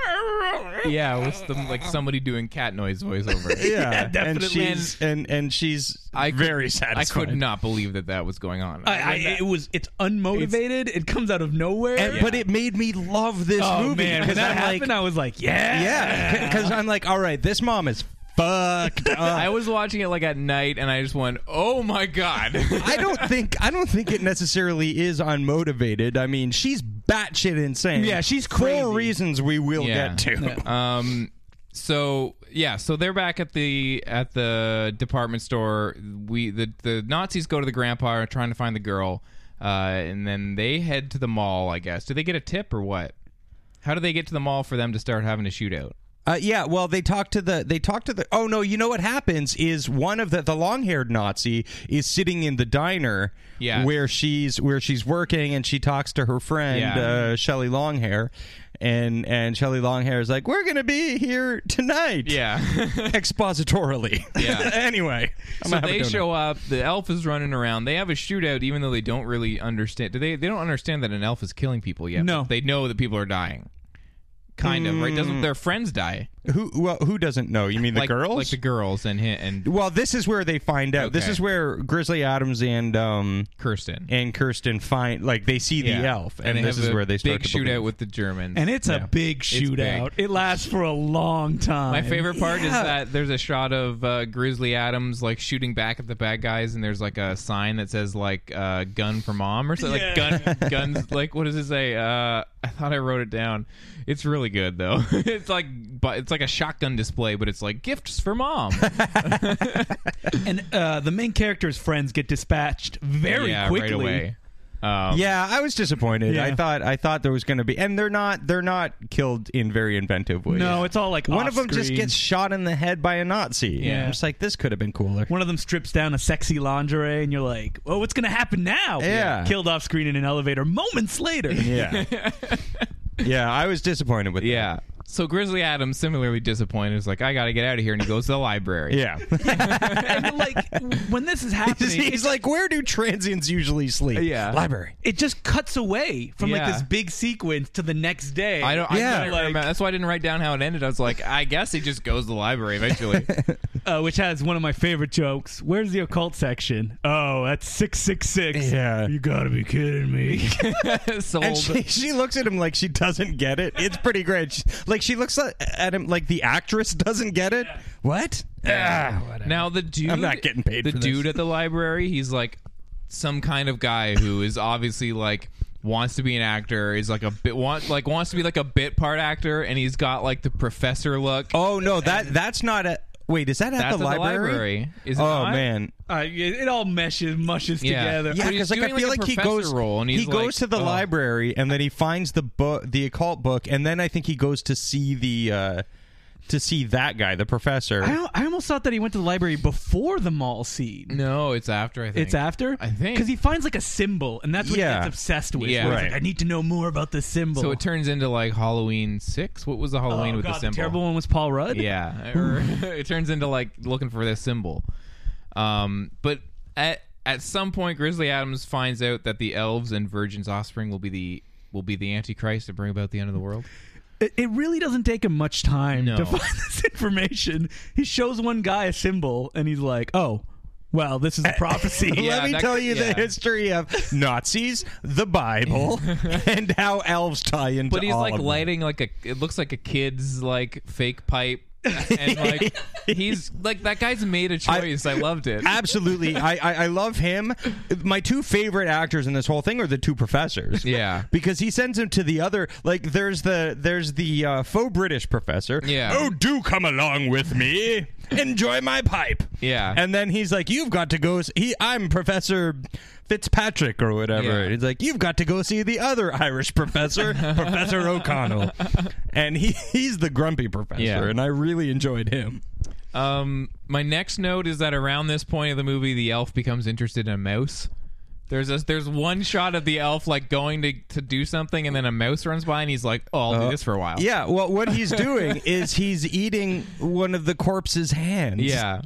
Speaker 2: yeah, with the, like somebody doing cat noise voiceover.
Speaker 3: and
Speaker 4: definitely.
Speaker 3: she's and and she's
Speaker 2: I could-
Speaker 3: very
Speaker 2: I
Speaker 3: satisfied.
Speaker 2: could not believe that that was going on.
Speaker 4: I, I, it was it's unmotivated. it comes out of nowhere.
Speaker 3: And- Eh, But it made me love this
Speaker 4: oh
Speaker 3: movie
Speaker 4: man, when
Speaker 3: because
Speaker 4: that
Speaker 3: I'm
Speaker 4: happened,
Speaker 3: like,
Speaker 4: I was like, "Ah." yeah,
Speaker 3: yeah, because I'm like, all right, this mom is fucked up.
Speaker 2: I
Speaker 4: uh,
Speaker 3: I,
Speaker 2: was watching it like at night, and I just went, "Oh my god!"
Speaker 3: don't think I don't think it necessarily is unmotivated. I mean, she's batshit insane.
Speaker 4: Yeah, she's crazy.
Speaker 3: For reasons we will
Speaker 2: Yeah.
Speaker 3: get to.
Speaker 2: Um. So yeah, so they're back at the at the department store. We the the Nazis go to the grandpa trying to find the girl, uh, and then they head to the mall. I guess. Do they get a tip or what? How do they get to the mall for them to start having a shootout?
Speaker 3: Uh, yeah, well, they talk to the they talk to the. Oh no, you know what happens is one of the the long haired Nazi is sitting in the diner,
Speaker 2: Yeah.
Speaker 3: where she's where she's working, and she talks to her friend
Speaker 2: Yeah.
Speaker 3: uh, Shelly Longhair, and and Shelly Longhair is like, "We're gonna be here tonight."
Speaker 2: Yeah.
Speaker 3: expositorily.
Speaker 2: Yeah.
Speaker 3: anyway, I'm
Speaker 2: so
Speaker 3: gonna have a
Speaker 2: they
Speaker 3: donut.
Speaker 2: show up. The elf is running around. They have a shootout, even though they don't really understand. Do they? They don't understand that an elf is killing people yet.
Speaker 4: No.
Speaker 2: but they know that people are dying. Kind of right? Doesn't their friends die?
Speaker 3: Mm, Who well, who doesn't know? You mean Hmm. the
Speaker 2: like
Speaker 3: girls?
Speaker 2: like the girls and hi- and
Speaker 3: well, this is where they find out. This
Speaker 2: Okay.
Speaker 3: is where Grizzly Adams and um
Speaker 2: Kirsten.
Speaker 3: and Kirsten find like they see the
Speaker 2: Yeah.
Speaker 3: elf, and,
Speaker 2: they
Speaker 3: this
Speaker 2: have
Speaker 3: is
Speaker 2: a
Speaker 3: where they start
Speaker 2: big
Speaker 3: to
Speaker 2: shootout
Speaker 3: believe.
Speaker 2: with the Germans.
Speaker 4: And it's a big shootout. It lasts for a long time.
Speaker 2: my favorite part is
Speaker 3: Yeah.
Speaker 2: that there's a shot of uh, Grizzly Adams like shooting back at the bad guys, and there's like a sign that says like uh, "gun for mom" or something like gun guns. Like what does it say? Uh, I thought I wrote it down. It's really good though. it's like but it's like a shotgun display, but it's like gifts for mom.
Speaker 4: And uh, the main character's friends get dispatched very
Speaker 2: yeah,
Speaker 4: quickly.
Speaker 2: right away. Um,
Speaker 3: yeah, I was disappointed. I
Speaker 4: Yeah.
Speaker 3: thought I thought there was going to be, and they're not. They're not killed in very inventive ways.
Speaker 4: No, it's all like
Speaker 3: one of them just
Speaker 4: off-screen.
Speaker 3: gets shot in the head by a Nazi.
Speaker 4: Yeah.
Speaker 3: I'm just like this could have been cooler.
Speaker 4: One of them strips down a sexy lingerie, and you're like, "Oh, what's gonna happen now?"
Speaker 3: Yeah.
Speaker 4: killed off screen in an elevator moments later.
Speaker 3: Yeah, yeah, I was disappointed with.
Speaker 2: yeah. So Grizzly Adams, similarly disappointed, is like, "I got to get out of here," and he goes to the library.
Speaker 3: that. yeah.
Speaker 4: and like when this is happening,
Speaker 3: He's like, where do transients usually sleep?
Speaker 2: Yeah.
Speaker 3: library.
Speaker 4: it just cuts away from
Speaker 2: Yeah.
Speaker 4: like this big sequence to the next day.
Speaker 2: I don't.
Speaker 3: Yeah.
Speaker 2: I couldn't
Speaker 4: Like-
Speaker 2: remember. That's why I didn't write down how it ended. I was like, I guess he just goes to the library eventually.
Speaker 4: uh, which has one of my favorite jokes. Where's the occult section? Oh, that's six six six.
Speaker 3: Yeah.
Speaker 4: you gotta be kidding me.
Speaker 2: Sold.
Speaker 3: And she, she looks at him like she doesn't get it. It's pretty great. She- like she looks at- at him like the actress doesn't get it. What? Ah, whatever.
Speaker 2: now the dude.
Speaker 3: I'm not getting paid
Speaker 2: The
Speaker 3: for this.
Speaker 2: dude at the library. He's like some kind of guy who is obviously like wants to be an actor. Is like a bit want like wants to be like a bit part actor, and he's got like the professor look.
Speaker 3: Oh no, that that's not a. Wait, is that at
Speaker 2: That's
Speaker 3: the
Speaker 2: at the
Speaker 3: library?
Speaker 2: library. Is it
Speaker 3: oh
Speaker 2: not?
Speaker 3: man.
Speaker 4: uh, it, it all meshes mushes
Speaker 2: Yeah.
Speaker 4: together.
Speaker 3: Yeah,
Speaker 2: But he's
Speaker 3: because like I
Speaker 2: doing,
Speaker 3: feel
Speaker 2: like,
Speaker 3: like,
Speaker 2: a
Speaker 3: he
Speaker 2: professor
Speaker 3: goes
Speaker 2: role, and
Speaker 3: he
Speaker 2: he's like,
Speaker 3: goes to the
Speaker 2: oh.
Speaker 3: library and then he finds the book, the occult book, and then I think he goes to see the uh to see that guy, the professor.
Speaker 4: I, don't- I almost thought that he went to the library before the mall scene.
Speaker 2: No, it's after. I think
Speaker 4: It's after,
Speaker 2: Mm. I think.
Speaker 4: because he finds like a symbol, and that's what
Speaker 3: Yeah.
Speaker 4: he gets obsessed with.
Speaker 2: Yeah.
Speaker 4: where he's like,
Speaker 3: Right.
Speaker 4: I need to know more about this symbol.
Speaker 2: So it turns into like Halloween six. What was the
Speaker 4: oh,
Speaker 2: Halloween with
Speaker 4: God,
Speaker 2: the symbol?
Speaker 4: terrible one was Paul Rudd.
Speaker 2: Yeah, or it turns into like looking for this symbol. Um, but at at some point, Grizzly Adams finds out that the elves and Virgin's offspring will be the will be the Antichrist to bring about the end of the world.
Speaker 4: It, it really doesn't take him much time
Speaker 2: No.
Speaker 4: to find this information. He shows one guy a symbol, and he's like, "Oh, Well, this is a prophecy.
Speaker 3: Let me
Speaker 2: that
Speaker 3: tell
Speaker 2: could-
Speaker 3: you
Speaker 2: yeah.
Speaker 3: the history of Nazis, the Bible, and how elves tie into.
Speaker 2: But he's
Speaker 3: all
Speaker 2: like
Speaker 3: of them.
Speaker 2: lighting like a. It looks like a kid's like fake pipe, and like he's like that guy's made a choice. I, loved it.
Speaker 3: Absolutely, I, I I love him. My two favorite actors in this whole thing are the two professors.
Speaker 2: Yeah.
Speaker 3: because he sends him to the other. Like there's the there's the uh, faux British professor.
Speaker 2: Yeah.
Speaker 3: Oh, do come along with me. Enjoy my pipe.
Speaker 2: Yeah.
Speaker 3: And then he's like, "You've got to go." s- He, I'm Professor Fitzpatrick or whatever.
Speaker 2: Yeah.
Speaker 3: And he's like, "You've got to go see the other Irish professor, Professor O'Connell." And he he's the grumpy professor,
Speaker 2: Yeah.
Speaker 3: and I really enjoyed him.
Speaker 2: Um, my next note is that around this point of the movie, the elf becomes interested in a mouse. There's a, there's one shot of the elf like going to, to do something, and then a mouse runs by, and he's like, "Oh, I'll do this for a while."
Speaker 3: Uh, Yeah, well, what he's doing is he's eating one of the corpse's hands.
Speaker 2: yeah,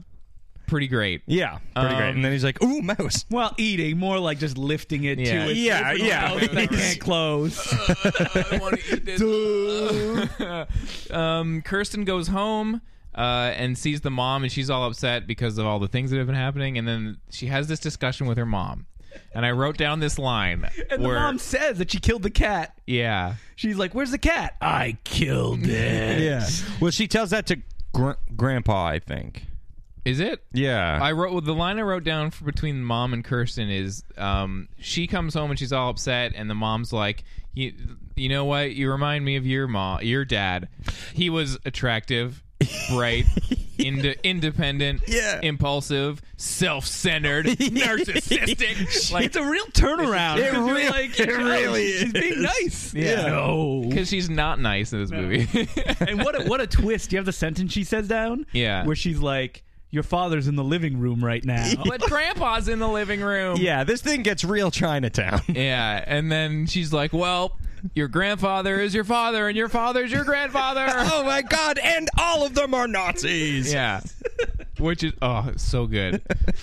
Speaker 2: pretty great.
Speaker 3: Yeah, pretty great.
Speaker 2: Um,
Speaker 3: And then he's like, ooh, mouse.
Speaker 4: Well, eating more like just lifting it
Speaker 2: Yeah.
Speaker 4: to its
Speaker 3: Yeah,
Speaker 4: open
Speaker 3: yeah.
Speaker 4: mouth that can't close.
Speaker 2: I want to eat this. um, Kirsten goes home uh, and sees the mom, and she's all upset because of all the things that have been happening. And then she has this discussion with her mom. And I wrote down this line.
Speaker 4: And the
Speaker 2: where-
Speaker 4: mom says that she killed the cat.
Speaker 2: yeah,
Speaker 4: She's like, "Where's the cat? I killed it."
Speaker 3: Yeah. Well, she tells that to gr- Grandpa, I think.
Speaker 2: is it?
Speaker 3: Yeah.
Speaker 2: I wrote well, the line I wrote down for between mom and Kirsten is um, she comes home and she's all upset, and the mom's like, "You, you know what? You remind me of your mom, your dad. He was attractive, bright, ind- independent,
Speaker 3: Yeah.
Speaker 2: impulsive, self-centered, narcissistic. like,
Speaker 4: it's a real turnaround.
Speaker 3: It
Speaker 4: 'cause you're
Speaker 3: real-
Speaker 4: like,
Speaker 3: it
Speaker 4: "Oh,
Speaker 3: really
Speaker 4: she's being
Speaker 3: is."
Speaker 4: nice.
Speaker 3: Yeah.
Speaker 4: No.
Speaker 2: because she's not nice in this movie.
Speaker 4: and what a, what a twist! You have the sentence she says down,
Speaker 2: Yeah.
Speaker 4: where she's like, "Your father's in the living room right now."
Speaker 2: but Grandpa's in the living room.
Speaker 3: yeah, this thing gets real Chinatown.
Speaker 2: Yeah, and then she's like, "Well, your grandfather is your father, and your father's your grandfather."
Speaker 3: oh, my God. And all of them are Nazis.
Speaker 2: Yeah. Which is oh it's so good.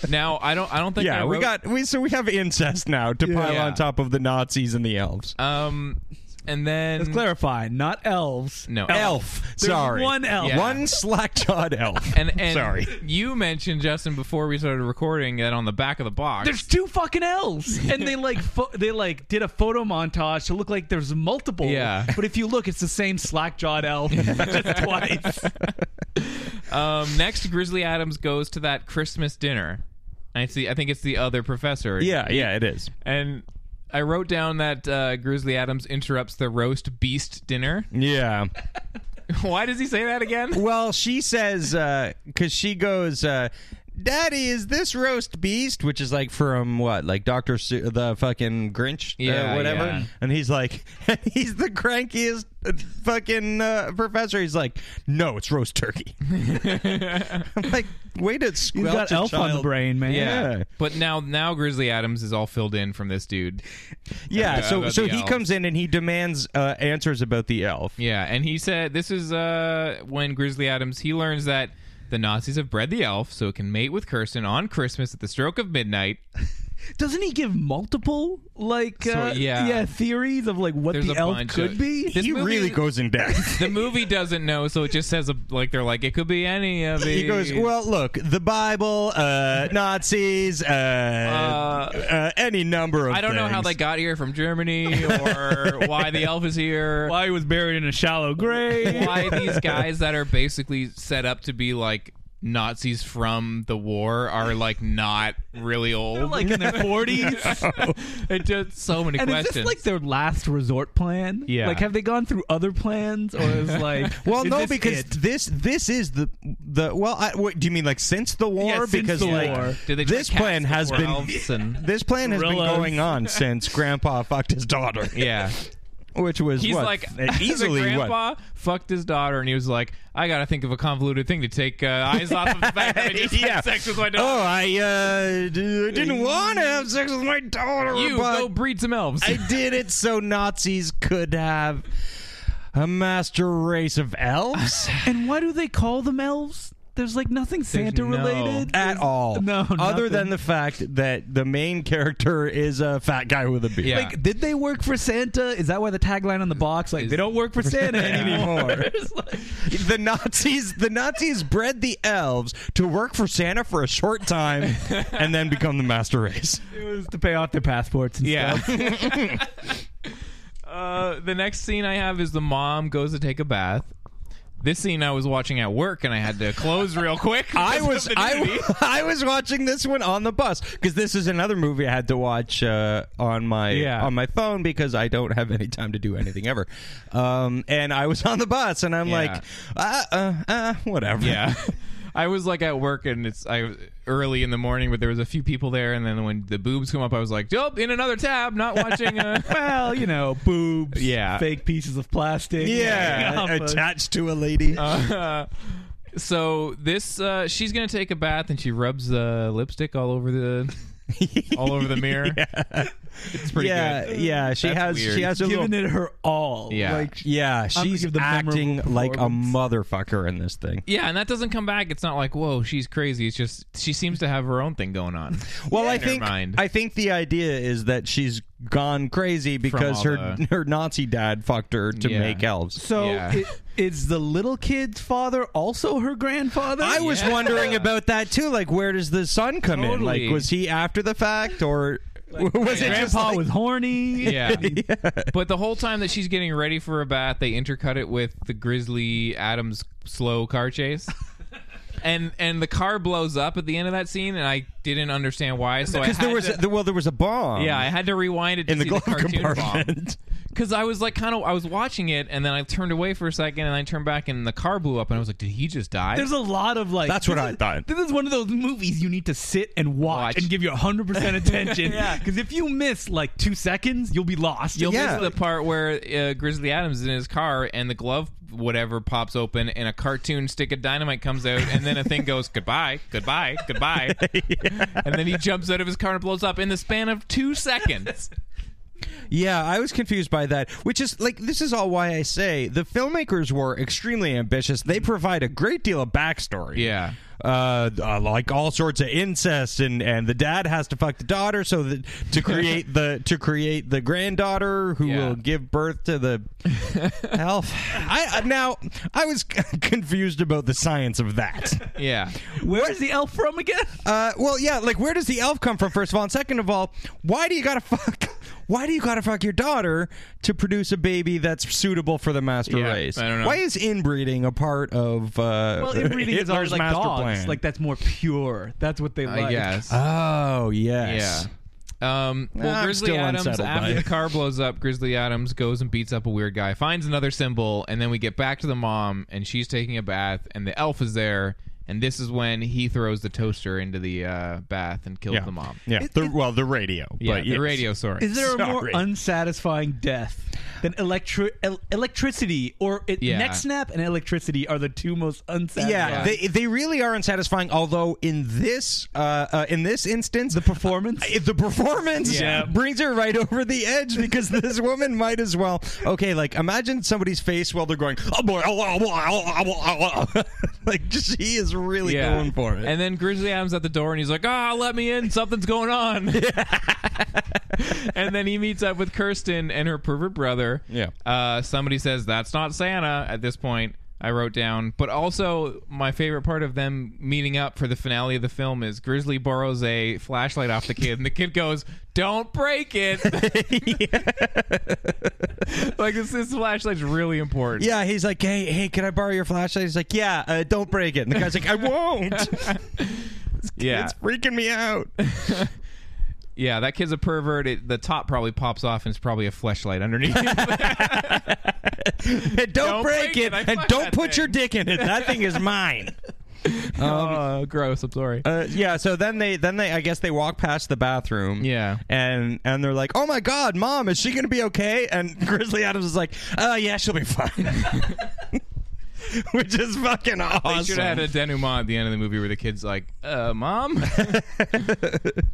Speaker 2: Now I don't I don't think
Speaker 3: Yeah,
Speaker 2: I
Speaker 3: we
Speaker 2: wrote-
Speaker 3: got we so we have incest now to pile
Speaker 2: Yeah.
Speaker 3: on top of the Nazis and the elves.
Speaker 2: um and
Speaker 4: Let's
Speaker 2: then
Speaker 4: clarify, not elves.
Speaker 2: Mm. No.
Speaker 3: elf,
Speaker 4: There's
Speaker 3: sorry,
Speaker 4: one elf.
Speaker 2: Yeah.
Speaker 3: one slack-jawed elf.
Speaker 2: and, and
Speaker 3: sorry,
Speaker 2: you mentioned Justin before we started recording that on the back of the box.
Speaker 4: There's two fucking elves, and they like pho- they like did a photo montage to look like there's multiple.
Speaker 2: Yeah.
Speaker 4: But if you look, it's the same slack jawed elf just twice.
Speaker 2: um next Grizzly Adams goes to that Christmas dinner. I see I think it's the other professor.
Speaker 3: yeah, yeah, it is.
Speaker 2: And I wrote down that uh, Grizzly Adams interrupts the roast beast dinner.
Speaker 3: Yeah.
Speaker 2: Why does he say that again?
Speaker 3: Well, she says because she goes, uh, "Daddy, is this roast beast?" Which is like from what, like Doctor Seu- the fucking Grinch, uh,
Speaker 2: Yeah,
Speaker 3: whatever.
Speaker 2: yeah.
Speaker 3: And he's like, he's the crankiest uh, fucking uh, professor. He's like, "No, it's roast turkey." I'm like, "Way to
Speaker 4: He's
Speaker 3: squelch
Speaker 4: got
Speaker 3: a
Speaker 4: elf on the
Speaker 3: child.
Speaker 4: brain, man.
Speaker 3: Yeah.
Speaker 2: But now now Grizzly Adams is all filled in from this dude.
Speaker 3: Yeah,
Speaker 2: Yeah,
Speaker 3: so
Speaker 2: about
Speaker 3: so
Speaker 2: the
Speaker 3: he
Speaker 2: elf.
Speaker 3: comes in and he demands uh, answers about the elf.
Speaker 2: Yeah, and he said this is uh, when Grizzly Adams he learns that the Nazis have bred the elf so it can mate with Kirsten on Christmas at the stroke of midnight.
Speaker 4: Doesn't he give multiple like
Speaker 2: So,
Speaker 4: uh,
Speaker 2: yeah.
Speaker 4: theories of like what
Speaker 2: There's
Speaker 4: the
Speaker 2: a
Speaker 4: elf
Speaker 2: bunch
Speaker 4: could
Speaker 2: of-
Speaker 4: be?
Speaker 2: This
Speaker 3: he
Speaker 2: movie-
Speaker 3: really goes in depth.
Speaker 2: The movie doesn't know, so it just says a, like they're like it could be any of these.
Speaker 3: He goes, well, look, the Bible, uh, Nazis, uh, uh, any number of.
Speaker 2: I don't know how they
Speaker 3: things.
Speaker 2: got here from Germany or why the elf is here.
Speaker 4: Why he was buried in a shallow grave?
Speaker 2: Why these guys that are basically set up to be like Nazis from the war are like not really old.
Speaker 4: like in their forties.
Speaker 2: it just so many
Speaker 4: And is
Speaker 2: questions.
Speaker 4: this like their last resort plan?
Speaker 2: Yeah.
Speaker 4: Like, have they gone through other plans, or is like,
Speaker 3: Well,
Speaker 4: is
Speaker 3: no,
Speaker 4: this
Speaker 3: because
Speaker 4: it?
Speaker 3: this this is the the well. I, what, do you mean like since the war?
Speaker 4: Yeah, since
Speaker 3: because
Speaker 4: the
Speaker 3: like
Speaker 4: war.
Speaker 2: Did they
Speaker 3: this
Speaker 2: try cats
Speaker 3: plan has
Speaker 2: before
Speaker 3: been
Speaker 2: elves and-
Speaker 3: this plan has
Speaker 4: Gorillas.
Speaker 3: been going on since Grandpa fucked his daughter,
Speaker 2: yeah.
Speaker 3: which was
Speaker 2: He's
Speaker 3: what,
Speaker 2: like
Speaker 3: easily
Speaker 2: the grandpa
Speaker 3: what.
Speaker 2: fucked his daughter, and he was like, "I gotta think of a convoluted thing to take uh, eyes off of the fact that I just
Speaker 3: Yeah.
Speaker 2: had sex with my
Speaker 3: Oh,
Speaker 2: daughter."
Speaker 3: I uh, d- I didn't want to have sex with my daughter.
Speaker 2: you
Speaker 3: Oh, but
Speaker 2: go breed some elves.
Speaker 3: I did it so Nazis could have a master race of elves.
Speaker 4: And why do they call them elves? There's like nothing Santa related
Speaker 3: at all.
Speaker 4: No,
Speaker 3: other
Speaker 4: nothing.
Speaker 3: than the fact that the main character is a fat guy with a beard.
Speaker 2: Yeah.
Speaker 4: Like, did they work for Santa? Is that why the tagline on the box like
Speaker 2: Is-
Speaker 4: they don't work for Santa anymore? It's like-
Speaker 3: the Nazis the Nazis bred the elves to work for Santa for a short time and then become the master race.
Speaker 4: it was to pay off their passports and
Speaker 2: Yeah.
Speaker 4: stuff.
Speaker 2: uh, the next scene I have is the mom goes to take a bath. This scene I was watching at work and I had to close real quick.
Speaker 3: I
Speaker 2: because
Speaker 3: was
Speaker 2: of the nudity.
Speaker 3: I, I was watching this one on the bus because this is another movie I had to watch uh, on my
Speaker 2: Yeah.
Speaker 3: on my phone because I don't have any time to do anything ever. Um, and I was on the bus and I'm
Speaker 2: Yeah.
Speaker 3: like, uh, uh, uh, whatever.
Speaker 2: yeah. I was like at work and it's I early in the morning, but there was a few people there, and then when the boobs come up, I was like, "Nope, in another tab, not watching." uh, A-
Speaker 4: Well, you know, boobs,
Speaker 2: Yeah.
Speaker 4: fake pieces of plastic,
Speaker 3: Yeah,
Speaker 4: Yeah.
Speaker 3: attached to a lady.
Speaker 2: Uh, so this uh, she's gonna take a bath and she rubs the lipstick all over the all over the mirror. It's pretty
Speaker 3: yeah,
Speaker 2: good.
Speaker 3: yeah. She
Speaker 2: That's
Speaker 3: has
Speaker 2: weird.
Speaker 3: she has a little
Speaker 4: giving it her all.
Speaker 2: Yeah.
Speaker 4: Like,
Speaker 3: Yeah, she's
Speaker 4: give the memorable
Speaker 3: acting like a
Speaker 4: performance.
Speaker 3: motherfucker in this thing.
Speaker 2: Yeah, and that doesn't come back. It's not like, whoa, she's crazy. It's just she seems to have her own thing going on.
Speaker 3: Well, I
Speaker 2: Never
Speaker 3: think
Speaker 2: mind.
Speaker 3: I think the idea is that she's gone crazy because
Speaker 2: all
Speaker 3: her
Speaker 2: the-
Speaker 3: her Nazi dad fucked her to
Speaker 2: Yeah.
Speaker 3: make elves.
Speaker 4: so
Speaker 2: Yeah.
Speaker 4: i- is the little kid's father also her grandfather?
Speaker 3: I was
Speaker 2: Yeah.
Speaker 3: wondering about that too. Like, where does the son come in?
Speaker 2: Totally.
Speaker 3: Like, was he after the fact or was it just
Speaker 4: Grandpa
Speaker 3: like,
Speaker 4: was horny.
Speaker 2: yeah. But the whole time that she's getting ready for a bath, they intercut it with the Grizzly Adams slow car chase. And and the car blows up at the end of that scene, and I didn't understand why. So I
Speaker 3: because there
Speaker 2: had
Speaker 3: was
Speaker 2: to-
Speaker 3: a, well there was a bomb.
Speaker 2: yeah, I had to rewind it to
Speaker 3: in the
Speaker 2: see
Speaker 3: glove
Speaker 2: the cartoon bomb.
Speaker 3: compartment.
Speaker 2: because I was like kind of I was watching it and then I turned away for a second and I turned back and the car blew up and I was like, did he just die?
Speaker 4: There's a lot of like.
Speaker 3: That's what
Speaker 4: this
Speaker 3: I
Speaker 4: is-
Speaker 3: thought.
Speaker 4: This is one of those movies you need to sit and watch,
Speaker 2: Watch.
Speaker 4: and give your 100% attention. Because if you miss like two seconds, you'll be lost.
Speaker 2: You'll
Speaker 3: Yeah.
Speaker 2: miss the part where uh, Grizzly Adams is in his car and the glove whatever pops open and a cartoon stick of dynamite comes out and then a thing goes goodbye, goodbye, goodbye, and then he jumps out of his car and blows up in the span of two seconds.
Speaker 3: Yeah, I was confused by that, which is like this is all why I say the filmmakers were extremely ambitious. They provide a great deal of backstory.
Speaker 2: Yeah.
Speaker 3: Uh, uh, like all sorts of incest and and the dad has to fuck the daughter so that to create the to create the granddaughter who
Speaker 2: Yeah.
Speaker 3: will give birth to the elf. I I- now I was confused about the science of that.
Speaker 2: Yeah,
Speaker 4: Where's the elf from again?
Speaker 3: Uh, well, yeah, like where does the elf come from? First of all, and second of all, why do you gotta fuck? Why do you gotta fuck your daughter to produce a baby that's suitable for the master
Speaker 2: Yeah,
Speaker 3: race?
Speaker 2: I don't know.
Speaker 3: Why is inbreeding a part of uh,
Speaker 4: Well, inbreeding is
Speaker 3: Hitler's
Speaker 4: always like
Speaker 3: master
Speaker 4: dogs.
Speaker 3: plan?
Speaker 4: Like that's more pure. That's what they like.
Speaker 2: I guess.
Speaker 3: Oh
Speaker 2: Yeah.
Speaker 3: yes.
Speaker 2: Um, well,
Speaker 3: I'm
Speaker 2: Grizzly
Speaker 3: still
Speaker 2: Adams,
Speaker 3: unsettled by
Speaker 2: after
Speaker 3: it.
Speaker 2: the car blows up, Grizzly Adams goes and beats up a weird guy, finds another symbol, and then we get back to the mom, and she's taking a bath, and the elf is there, and this is when he throws the toaster into the uh, bath and kills
Speaker 3: Yeah.
Speaker 2: the mom.
Speaker 3: Yeah. the, well, the radio.
Speaker 2: Yeah,
Speaker 3: but
Speaker 2: the
Speaker 3: yes.
Speaker 2: radio, sorry.
Speaker 4: Is there a more
Speaker 3: Sorry.
Speaker 4: unsatisfying death than electri- el- electricity or it-
Speaker 2: Yeah.
Speaker 4: neck snap and electricity are the two most unsatisfying?
Speaker 3: Yeah, they they really are unsatisfying. Although in this uh, uh, in this instance,
Speaker 4: the performance.
Speaker 3: If the performance
Speaker 2: Yeah.
Speaker 3: brings her right over the edge because this woman might as well. Okay, like imagine somebody's face while they're going, oh boy, oh, oh, oh, oh, oh, oh, oh." like just he is really
Speaker 2: Yeah.
Speaker 3: going for it.
Speaker 2: And then Grizzly Adams at the door, and he's like, "Ah, let me in. Something's going on." and then he meets up with Kirsten and her pervert brother.
Speaker 3: Yeah.
Speaker 2: Uh, somebody says that's not Santa. At this point, I wrote down. But also, my favorite part of them meeting up for the finale of the film is Grizzly borrows a flashlight off the kid, and the kid goes, "Don't break it." like this, this flashlight's really important.
Speaker 3: yeah, he's like, hey, hey, can I borrow your flashlight? He's like, yeah, uh, don't break it. And the guy's like, I won't.
Speaker 2: Yeah.
Speaker 3: It's freaking me out.
Speaker 2: Yeah, that kid's a pervert. It, the top probably pops off, and it's probably a fleshlight underneath.
Speaker 3: And don't, break,
Speaker 2: break it.
Speaker 3: it,
Speaker 2: I
Speaker 3: and
Speaker 2: fucked
Speaker 3: don't
Speaker 2: that
Speaker 3: put
Speaker 2: thing.
Speaker 3: your dick in it. That thing is mine. Um,
Speaker 2: oh, gross. I'm sorry.
Speaker 3: Uh, yeah. So then they then they I guess they walk past the bathroom.
Speaker 2: Yeah.
Speaker 3: And and they're like, oh my god, mom, is she gonna be okay? And Grizzly Adams is like, oh yeah, she'll be fine. Which is fucking awesome.
Speaker 2: They should have had a denouement at the end of the movie where the kid's like, uh, mom?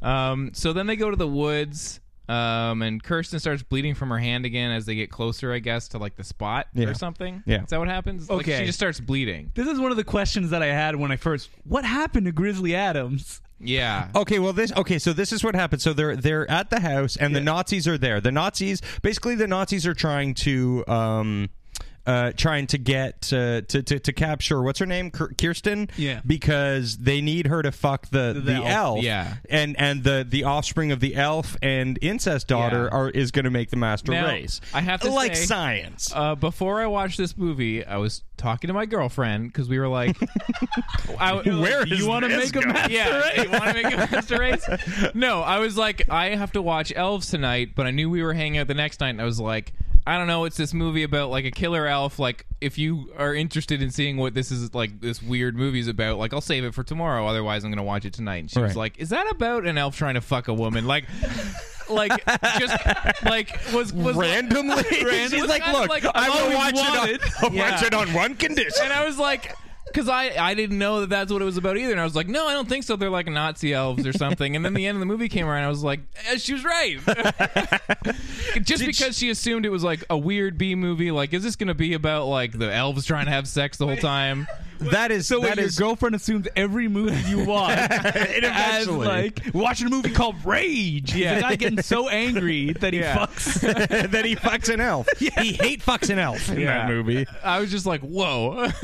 Speaker 2: um, so then they go to the woods. Um, and Kirsten starts bleeding from her hand again as they get closer, I guess, to like the spot
Speaker 3: Yeah.
Speaker 2: or something.
Speaker 3: Yeah.
Speaker 2: Is that what happens? Like,
Speaker 4: Okay.
Speaker 2: she just starts bleeding.
Speaker 4: This is one of the questions that I had when I first. What happened to Grizzly Adams?
Speaker 2: Yeah.
Speaker 3: Okay, well this okay, so this is what happened. So they're they're at the house and the Nazis are there. The Nazis basically the Nazis are trying to um uh, trying to get uh, to, to to capture what's her name Kir- Kirsten
Speaker 4: Yeah.
Speaker 3: because they need her to fuck the the, elf.
Speaker 4: elf,
Speaker 2: yeah.
Speaker 3: and and the the offspring of the elf and incest daughter
Speaker 2: Yeah.
Speaker 3: are is going to make the master
Speaker 2: Now,
Speaker 3: race
Speaker 2: I have to
Speaker 3: like
Speaker 2: say-
Speaker 3: science
Speaker 2: Uh, before I watched this movie, I was talking to my girlfriend because we were like, I,
Speaker 3: Where is
Speaker 2: you wanna
Speaker 3: this
Speaker 2: make a
Speaker 3: going?"
Speaker 2: master yeah, race? You want to make a master race? No, I was like, I have to watch Elves tonight, but I knew we were hanging out the next night, and I was like, I don't know. It's this movie about like a killer elf. Like, if you are interested in seeing what this is like, this weird movie is about, like, I'll save it for tomorrow. Otherwise, I'm gonna watch it tonight. And she was
Speaker 3: Right.
Speaker 2: like, Is that about an elf trying to fuck a woman? Like. Like just like was was
Speaker 3: randomly she's
Speaker 2: Was
Speaker 3: like
Speaker 2: kinda
Speaker 3: look
Speaker 2: like,
Speaker 3: I
Speaker 2: I've
Speaker 3: will
Speaker 2: always
Speaker 3: watch it
Speaker 2: wanted.
Speaker 3: on, I'll watch
Speaker 4: Yeah.
Speaker 3: it on one condition
Speaker 2: and I was like, because I, I didn't know that that's what it was about either. And I was like, no, I don't think so. They're like Nazi elves or something. And then the end of the movie came around. I was like, eh, she was right. Just because she assumed it was like a weird B movie. Like, is this going to be about like the elves trying to have sex the whole time?
Speaker 3: that is
Speaker 4: So
Speaker 3: that
Speaker 4: wait, your
Speaker 3: is
Speaker 4: girlfriend assumes every movie you watch as
Speaker 3: eventually.
Speaker 4: like watching a movie called Rage. Yeah, the guy getting so angry that he fucks.
Speaker 3: that he fucks an elf. He hate fucks an elf in
Speaker 2: Yeah.
Speaker 3: that movie.
Speaker 2: I was just like, whoa.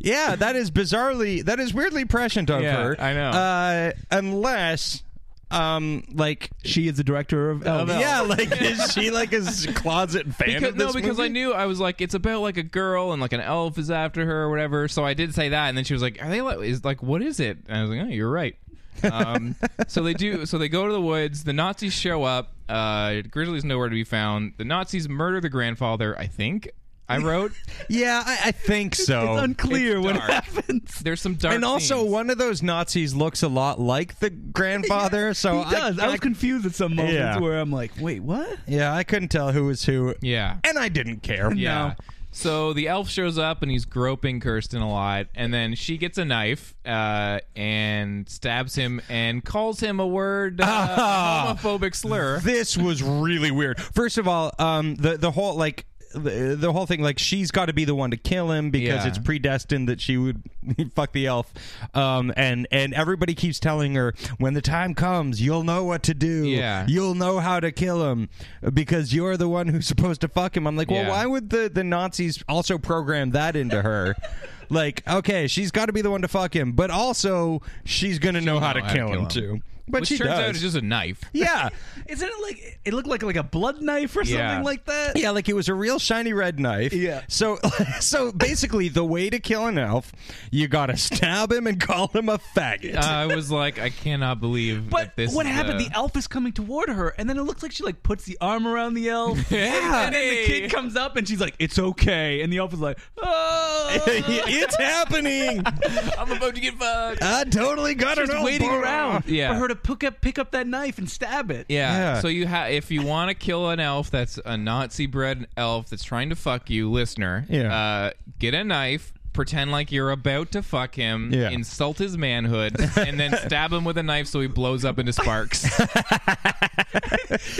Speaker 3: Yeah, that is bizarrely that is weirdly prescient of
Speaker 2: Yeah,
Speaker 3: her.
Speaker 2: I know.
Speaker 3: Uh, unless um like
Speaker 4: she is the director of Elf.
Speaker 3: yeah, like is she like a s- closet fan
Speaker 2: because,
Speaker 3: of this
Speaker 2: no, because
Speaker 3: movie?
Speaker 2: I knew I was like, it's about like a girl and like an elf is after her or whatever. So I did say that, and then she was like, "Are they like is like what is it?" And I was like, "Oh, you're right." Um, so they do. So they go to the woods. The Nazis show up. Uh, Grizzly's nowhere to be found. The Nazis murder the grandfather. I think I wrote.
Speaker 3: Yeah, I, I think so.
Speaker 4: It's unclear
Speaker 2: It's
Speaker 4: what
Speaker 2: dark.
Speaker 4: happens.
Speaker 2: There's some dark.
Speaker 3: and also,
Speaker 2: scenes.
Speaker 3: one of those Nazis looks a lot like the grandfather. So
Speaker 4: he does. I,
Speaker 3: I,
Speaker 4: was confused at some moments
Speaker 3: Yeah.
Speaker 4: where I'm like, wait, what?
Speaker 3: yeah, I couldn't tell who was who.
Speaker 2: yeah,
Speaker 3: and I didn't care.
Speaker 2: Yeah. So the elf shows up and he's groping Kirsten a lot, and then she gets a knife uh, and stabs him and calls him a word, uh,
Speaker 3: Ah.
Speaker 2: homophobic slur.
Speaker 3: this was really weird. First of all, um, the the whole like the, the whole thing like she's got to be the one to kill him because
Speaker 2: Yeah.
Speaker 3: it's predestined that she would fuck the elf. Um, and and everybody keeps telling her when the time comes, you'll know what to do.
Speaker 2: Yeah.
Speaker 3: you'll know how to kill him because you're the one who's supposed to fuck him. I'm like, well,
Speaker 2: Yeah.
Speaker 3: why would the the Nazis also program that into her? Like, okay, she's got to be the one to fuck him, but also she's gonna know, how, to
Speaker 2: know how to
Speaker 3: kill him,
Speaker 2: kill him.
Speaker 3: too. But
Speaker 2: Which
Speaker 3: she
Speaker 2: turns
Speaker 3: does.
Speaker 2: out it's just a knife.
Speaker 3: yeah.
Speaker 4: Isn't it like it looked like like a blood knife or
Speaker 2: Yeah.
Speaker 4: something like that?
Speaker 3: Yeah, like it was a real shiny red knife.
Speaker 4: Yeah.
Speaker 3: So, so basically, the way to kill an elf, you gotta stab him and call him a faggot.
Speaker 2: Uh, I was like, I cannot believe
Speaker 4: But
Speaker 2: that this.
Speaker 4: what
Speaker 2: is
Speaker 4: happened?
Speaker 2: the-
Speaker 4: The elf is coming toward her, and then it looks like she like puts the arm around the elf.
Speaker 2: Yeah.
Speaker 4: and then the kid comes up, and she's like, "It's okay," and the elf is like, "Oh,
Speaker 3: it's happening.
Speaker 2: I'm about to get fucked.
Speaker 3: I totally got
Speaker 4: just
Speaker 3: an elf
Speaker 4: waiting
Speaker 3: bar.
Speaker 4: around
Speaker 2: Yeah.
Speaker 4: for her to pick up pick up that knife and stab it."
Speaker 2: Yeah.
Speaker 3: Yeah.
Speaker 2: So you have if you want to kill an elf that's a Nazi bred elf that's trying to fuck you, listener.
Speaker 3: Yeah.
Speaker 2: Uh, get a knife. Pretend like you're about to fuck him,
Speaker 3: Yeah.
Speaker 2: insult his manhood, and then stab him with a knife so he blows up into sparks.
Speaker 4: He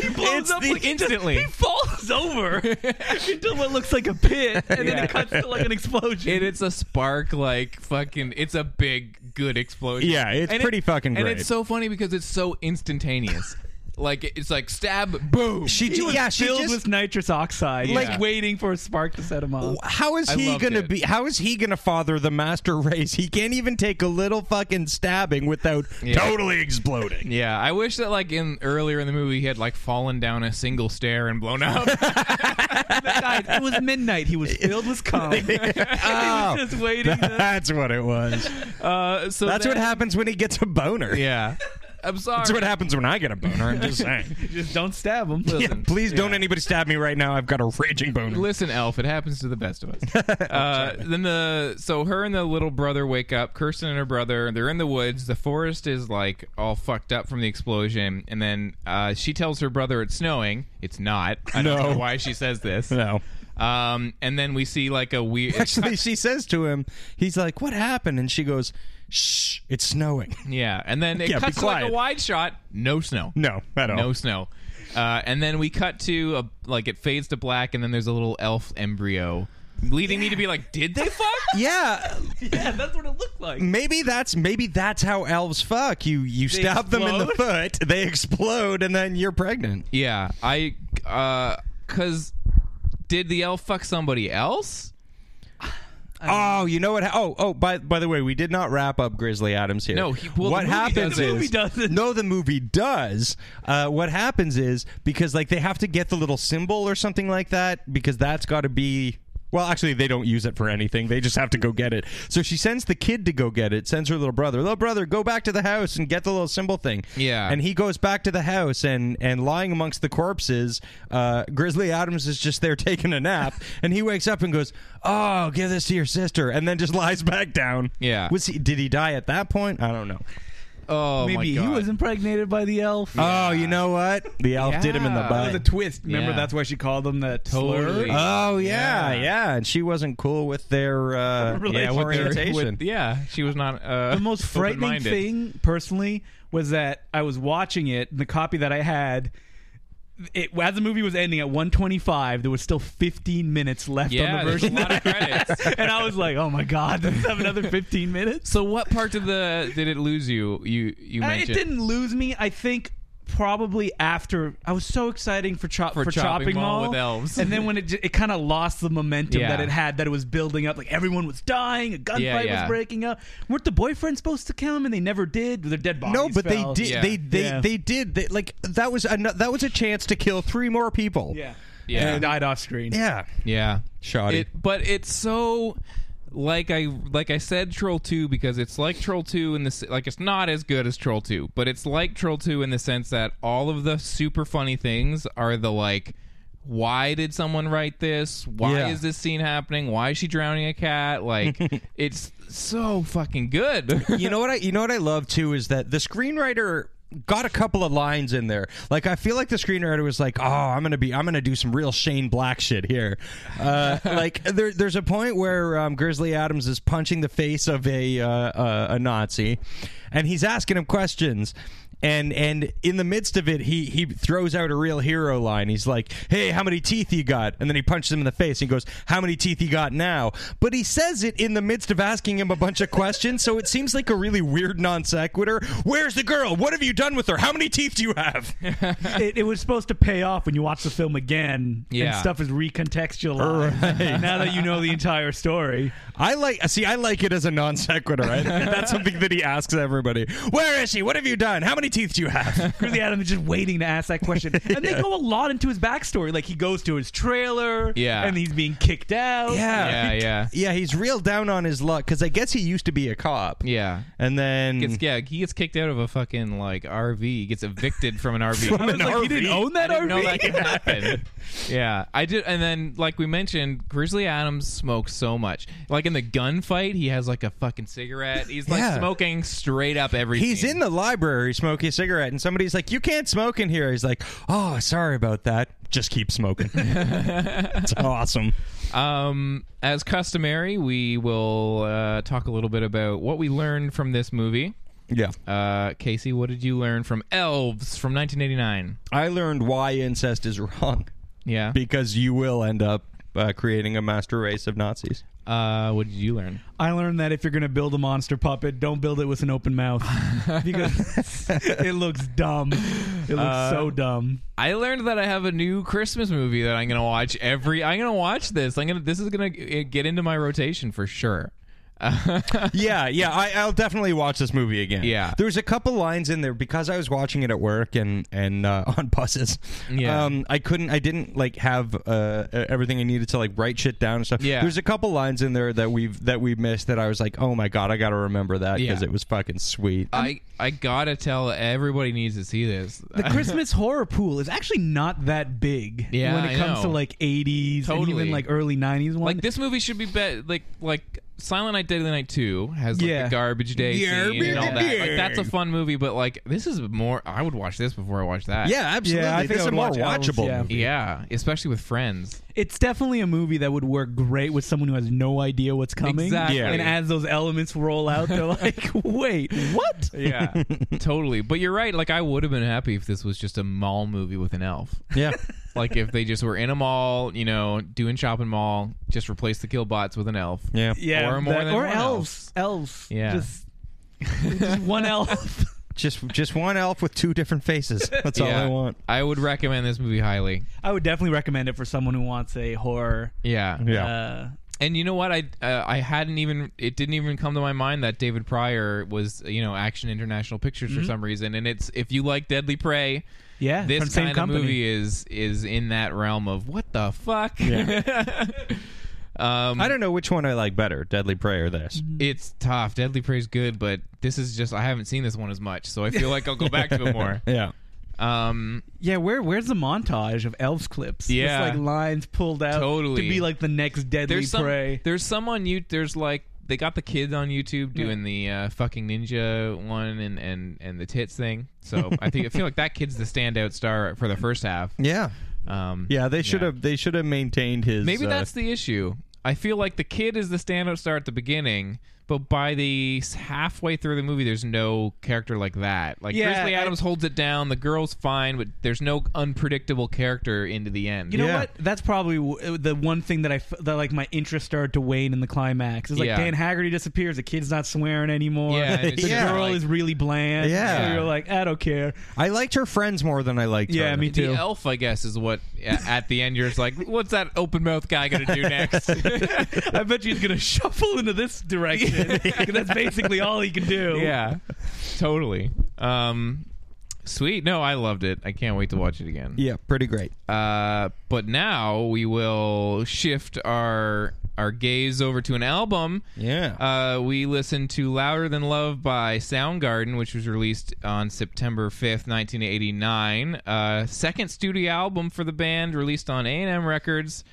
Speaker 4: blows
Speaker 2: It's
Speaker 4: up
Speaker 2: the-
Speaker 4: like
Speaker 2: instantly.
Speaker 4: He falls over into what looks like a pit, and then it cuts to like an explosion.
Speaker 2: and it's a spark like fucking. It's a big good explosion.
Speaker 3: Yeah, it's
Speaker 2: And
Speaker 3: pretty fucking
Speaker 2: And
Speaker 3: great.
Speaker 2: it's so funny because it's so instantaneous. like it's like stab, boom.
Speaker 3: She,
Speaker 4: He was
Speaker 3: yeah, she
Speaker 4: filled
Speaker 3: just.
Speaker 4: with nitrous oxide,
Speaker 2: Like-
Speaker 4: like waiting for a spark to set him off.
Speaker 3: how is
Speaker 2: I
Speaker 3: he
Speaker 2: loved
Speaker 3: gonna
Speaker 2: it.
Speaker 3: be? How is he gonna father the master race? He can't even take a little fucking stabbing without totally exploding.
Speaker 2: Yeah, I wish that like in earlier in the movie he had like fallen down a single stair and blown up.
Speaker 4: Guys, it was midnight. He was filled with cum. he
Speaker 3: Oh,
Speaker 4: was just waiting. to-
Speaker 3: that's what it was.
Speaker 2: Uh, so
Speaker 3: That's
Speaker 2: then-
Speaker 3: what happens when he gets a boner.
Speaker 2: Yeah, I'm sorry.
Speaker 3: That's what happens when I get a boner. I'm just saying.
Speaker 4: just don't stab him.
Speaker 3: Yeah,
Speaker 2: Listen.
Speaker 3: please don't anybody stab me right now. I've got a raging boner.
Speaker 2: Listen, Elf, it happens to the best of us. Uh, then the so her and the little brother wake up. Kirsten and her brother. They're in the woods. The forest is like all fucked up from the explosion. And then uh, she tells her brother it's snowing. It's not. I don't
Speaker 3: No.
Speaker 2: know why she says this.
Speaker 3: No.
Speaker 2: Um, and then we see like a weird.
Speaker 3: Actually, she says to him, he's like, What happened? And she goes, Shh, it's snowing.
Speaker 2: yeah. And then it
Speaker 3: Yeah, be
Speaker 2: cuts to like a
Speaker 3: quiet.
Speaker 2: wide shot. No snow.
Speaker 3: No, at all.
Speaker 2: No snow. Uh, and then we cut to a, like it fades to black, and then there's a little elf embryo, leading me to be like, did they fuck?
Speaker 3: yeah,
Speaker 5: yeah, that's what it looked like.
Speaker 3: maybe that's maybe that's how elves fuck. You you stab them in the foot, they explode, and then you're pregnant.
Speaker 2: yeah, I because did the elf fuck somebody else?
Speaker 3: Oh, you know what? ha- Oh, oh. By by the way, we did not wrap up Grizzly Adams here.
Speaker 2: No, he- well, the
Speaker 3: what
Speaker 2: movie
Speaker 3: happens
Speaker 2: doesn't.
Speaker 3: is
Speaker 2: The
Speaker 5: movie doesn't.
Speaker 3: no, the movie does. Uh, what happens is because like they have to get the little symbol or something like that because that's got to be. Well, actually, they don't use it for anything. They just have to go get it. So she sends the kid to go get it. Sends her little brother. Little brother, go back to the house and get the little symbol thing.
Speaker 2: Yeah.
Speaker 3: And he goes back to the house and and lying amongst the corpses, uh, Grizzly Adams is just there taking a nap, and he wakes up and goes, "Oh, give this to your sister," and then just lies back down.
Speaker 2: Yeah.
Speaker 3: Was he? Did he die at that point? I don't know.
Speaker 2: Oh my
Speaker 4: Maybe
Speaker 2: god,
Speaker 4: he was impregnated by the elf.
Speaker 3: Oh, you know what? The elf did him in the
Speaker 2: Yeah.
Speaker 4: That was a
Speaker 3: butt.
Speaker 4: twist. Remember,
Speaker 2: Yeah.
Speaker 4: that's why she called him that slur.
Speaker 2: Totally.
Speaker 3: Oh yeah, yeah,
Speaker 4: Yeah.
Speaker 3: and she wasn't cool with their uh, yeah, with their- orientation.
Speaker 2: With- yeah, she was not. Uh,
Speaker 4: the most frightening
Speaker 2: open-minded.
Speaker 4: thing personally was that I was watching it and the copy that I had it as the movie was ending at 125 there was still 15 minutes left on
Speaker 2: Yeah,
Speaker 4: the
Speaker 2: there's a
Speaker 4: version
Speaker 2: lot of credits.
Speaker 4: and I was like oh my god does this have another 15 minutes
Speaker 2: So what part of the did it lose you? You you
Speaker 4: Uh,
Speaker 2: mentioned
Speaker 4: it didn't lose me I think probably after I was so excited for, chop,
Speaker 2: For
Speaker 4: for,
Speaker 2: Chopping Mall with elves.
Speaker 4: and then when it j- it kind of lost the momentum
Speaker 2: Yeah.
Speaker 4: that it had that it was building up like everyone was dying a gunfight
Speaker 2: Yeah, yeah.
Speaker 4: was breaking up weren't the boyfriends supposed to kill him and they never did their dead bodies
Speaker 3: No, but they
Speaker 4: fell.
Speaker 3: did.
Speaker 2: Yeah.
Speaker 3: They they,
Speaker 4: Yeah.
Speaker 3: they did. They, like that was a that was a chance to kill three more people.
Speaker 4: Yeah.
Speaker 2: Yeah.
Speaker 4: And died off screen.
Speaker 3: yeah,
Speaker 2: Yeah,
Speaker 3: Shoddy.
Speaker 2: It, but it's so like I like I said, Troll Two because it's like Troll Two in this like it's not as good as Troll Two, but it's like Troll Two in the sense that all of the super funny things are the like. Why did someone write this? Why
Speaker 3: Yeah.
Speaker 2: is this scene happening? Why is she drowning a cat? Like, it's so fucking good.
Speaker 3: you know what I you know what I love too is that the screenwriter got a couple of lines in there. Like I feel like the screenwriter was like, "Oh, I'm going to be I'm going to do some real Shane Black shit here." Uh, like there, there's a point where um, Grizzly Adams is punching the face of a uh, uh, a Nazi and he's asking him questions. And and in the midst of it, he he throws out a real hero line. He's like, "Hey, how many teeth you got?" And then he punches him in the face. And he goes, "How many teeth you got now?" But he says it in the midst of asking him a bunch of questions, so it seems like a really weird non sequitur. Where's the girl? What have you done with her? How many teeth do you have?
Speaker 4: It, it was supposed to pay off when you watch the film again. And
Speaker 2: Yeah.
Speaker 4: stuff is recontextualized now that you know the entire story.
Speaker 3: I like see, I like it as a non sequitur. I- That's something that he asks everybody. Where is she? What have you done? How many teeth do you have?
Speaker 4: Grizzly Adams is just waiting to ask that question. And they go a lot into his backstory. Like he goes to his trailer.
Speaker 2: Yeah.
Speaker 4: And he's being kicked out.
Speaker 2: yeah, yeah,
Speaker 3: yeah. He's real down on his luck because I guess he used to be a cop.
Speaker 2: yeah.
Speaker 3: And then
Speaker 2: Gets, yeah, he gets kicked out of a fucking like RV. He gets evicted from an RV.
Speaker 3: From
Speaker 4: I was
Speaker 3: an
Speaker 4: like, he didn't
Speaker 3: RV.
Speaker 4: own that
Speaker 2: I didn't know
Speaker 4: RV.
Speaker 2: that could happen. yeah, I did. And then, like we mentioned, Grizzly Adams smokes so much. Like in the gunfight, he has like a fucking cigarette. He's like
Speaker 3: Yeah.
Speaker 2: smoking straight up everything.
Speaker 3: He's in the library smoking a cigarette, and somebody's like, "You can't smoke in here." He's like, "Oh, sorry about that. Just keep smoking." it's awesome.
Speaker 2: Um, as customary, we will uh, talk a little bit about what we learned from this movie.
Speaker 3: Yeah,
Speaker 2: Uh, Casey, what did you learn from Elves from 1989?
Speaker 3: I learned why incest is wrong
Speaker 2: Yeah.
Speaker 3: because you will end up uh, creating a master race of Nazis.
Speaker 2: Uh, what did you learn?
Speaker 4: I learned that if you're going to build a monster puppet, don't build it with an open mouth because it looks dumb. It looks so dumb.
Speaker 2: I learned that I have a new Christmas movie that I'm gonna watch every. I'm gonna watch this. I'm gonna. This is gonna g- get into my rotation for sure.
Speaker 3: yeah, yeah, I, I'll definitely watch this movie again.
Speaker 2: Yeah.
Speaker 3: there's a couple lines in there because I was watching it at work and and uh, on buses.
Speaker 2: Yeah.
Speaker 3: um, I couldn't, I didn't like have uh, everything I needed to like write shit down and stuff.
Speaker 2: Yeah.
Speaker 3: there's a couple lines in there that we've that we missed that I was like, oh my god, I got to remember that because
Speaker 2: Yeah.
Speaker 3: it was fucking sweet.
Speaker 4: Uh,
Speaker 2: I I gotta tell everybody needs to see this.
Speaker 4: The Christmas horror pool is actually not that big
Speaker 2: Yeah,
Speaker 4: when
Speaker 2: I
Speaker 4: it comes
Speaker 2: know.
Speaker 4: to like 80s and
Speaker 2: Totally.
Speaker 4: even like early 90s one.
Speaker 2: Like this movie should be bet like like Silent Night Deadly Night 2 has like
Speaker 4: Yeah.
Speaker 2: the garbage day scene and all that. Like that's a fun movie, but like this is more I would watch this before I watch that.
Speaker 3: Yeah, absolutely.
Speaker 4: Yeah, I think
Speaker 3: this
Speaker 4: I
Speaker 3: is
Speaker 4: would
Speaker 3: more
Speaker 4: watch Elves,
Speaker 3: watchable.
Speaker 4: yeah.
Speaker 3: movie.
Speaker 2: Yeah, especially with friends.
Speaker 4: It's definitely a movie that would work great with someone who has no idea what's coming.
Speaker 2: Exactly.
Speaker 3: Yeah.
Speaker 4: And as those elements roll out, they're like, wait, what?
Speaker 2: Yeah, totally. But you're right. Like I would have been happy if this was just a mall movie with an elf.
Speaker 3: Yeah.
Speaker 2: Like if they just were in a mall, you know, doing shopping mall, just replace the killbots with an elf.
Speaker 3: Yeah.
Speaker 4: Yeah,
Speaker 2: Or more
Speaker 4: that-
Speaker 2: than
Speaker 4: or
Speaker 2: one
Speaker 4: elves. Elves.
Speaker 2: Yeah.
Speaker 4: Just, just one elf.
Speaker 3: Just just one elf with two different faces. That's all
Speaker 2: Yeah.
Speaker 3: I want.
Speaker 2: I would recommend this movie highly.
Speaker 4: I would definitely recommend it for someone who wants a horror.
Speaker 2: Yeah.
Speaker 3: Yeah.
Speaker 4: Uh,
Speaker 2: And you know what? I uh, I hadn't even it didn't even come to my mind that David Pryor was you know Action International Pictures for some reason. And it's if you like Deadly Prey,
Speaker 4: Mm-hmm. yeah,
Speaker 2: this
Speaker 4: from same
Speaker 2: kind
Speaker 4: company.
Speaker 2: of movie is is in that realm of what the fuck. um,
Speaker 3: I don't know which one I like better, Deadly Prey or this.
Speaker 2: It's tough. Deadly Prey's good, but this is just I haven't seen this one as much, so I feel like I'll go back to it more.
Speaker 4: Mm-hmm.
Speaker 3: Yeah.
Speaker 2: Um,
Speaker 4: Yeah, where where's the montage of elves clips?
Speaker 2: Yeah.
Speaker 4: It's like lines pulled out
Speaker 2: Totally.
Speaker 4: to be like the next deadly
Speaker 2: there's some
Speaker 4: prey.
Speaker 2: there's some on you. There's like they got the kids on YouTube doing the uh, fucking ninja one and and and the tits thing. So I think I feel like that kid's the standout star for the first half.
Speaker 3: Yeah.
Speaker 2: Um,
Speaker 3: Yeah, they should have they should have maintained his
Speaker 2: Maybe
Speaker 3: uh,
Speaker 2: that's the issue. I feel like the kid is the standout star at the beginning, but by the s- halfway through the movie, there's no character like that. Like
Speaker 4: Yeah,
Speaker 2: Grizzly
Speaker 4: I-
Speaker 2: Adams holds it down. The girl's fine, but there's no unpredictable character into the end.
Speaker 4: You know
Speaker 3: Yeah.
Speaker 4: what? That's probably w- uh, the one thing that I f- that like my interest started to wane in the climax. It's like
Speaker 2: Yeah.
Speaker 4: Dan Haggerty disappears, the kid's not swearing anymore.
Speaker 2: Yeah, and it's
Speaker 4: the
Speaker 2: just
Speaker 4: girl
Speaker 2: like-
Speaker 4: is really bland.
Speaker 3: Yeah.
Speaker 4: so you're like, I don't care.
Speaker 3: I liked her friends more than I liked her.
Speaker 4: Yeah, me
Speaker 2: the
Speaker 4: too.
Speaker 2: elf, I guess, is what a- at the end you're just like, what's that open mouth guy gonna do next?
Speaker 4: I bet you he's gonna shuffle into this direction. 'Cause that's basically all he can do.
Speaker 2: yeah, totally. Um, sweet. No, I loved it. I can't wait to watch it again.
Speaker 3: Yeah, pretty great.
Speaker 2: Uh, but now we will shift our our gaze over to an album.
Speaker 3: Yeah.
Speaker 2: Uh, we listened to "Louder Than Love" by Soundgarden, which was released on September fifth, nineteen eighty nine. Uh, second studio album for the band, released on A and M Records.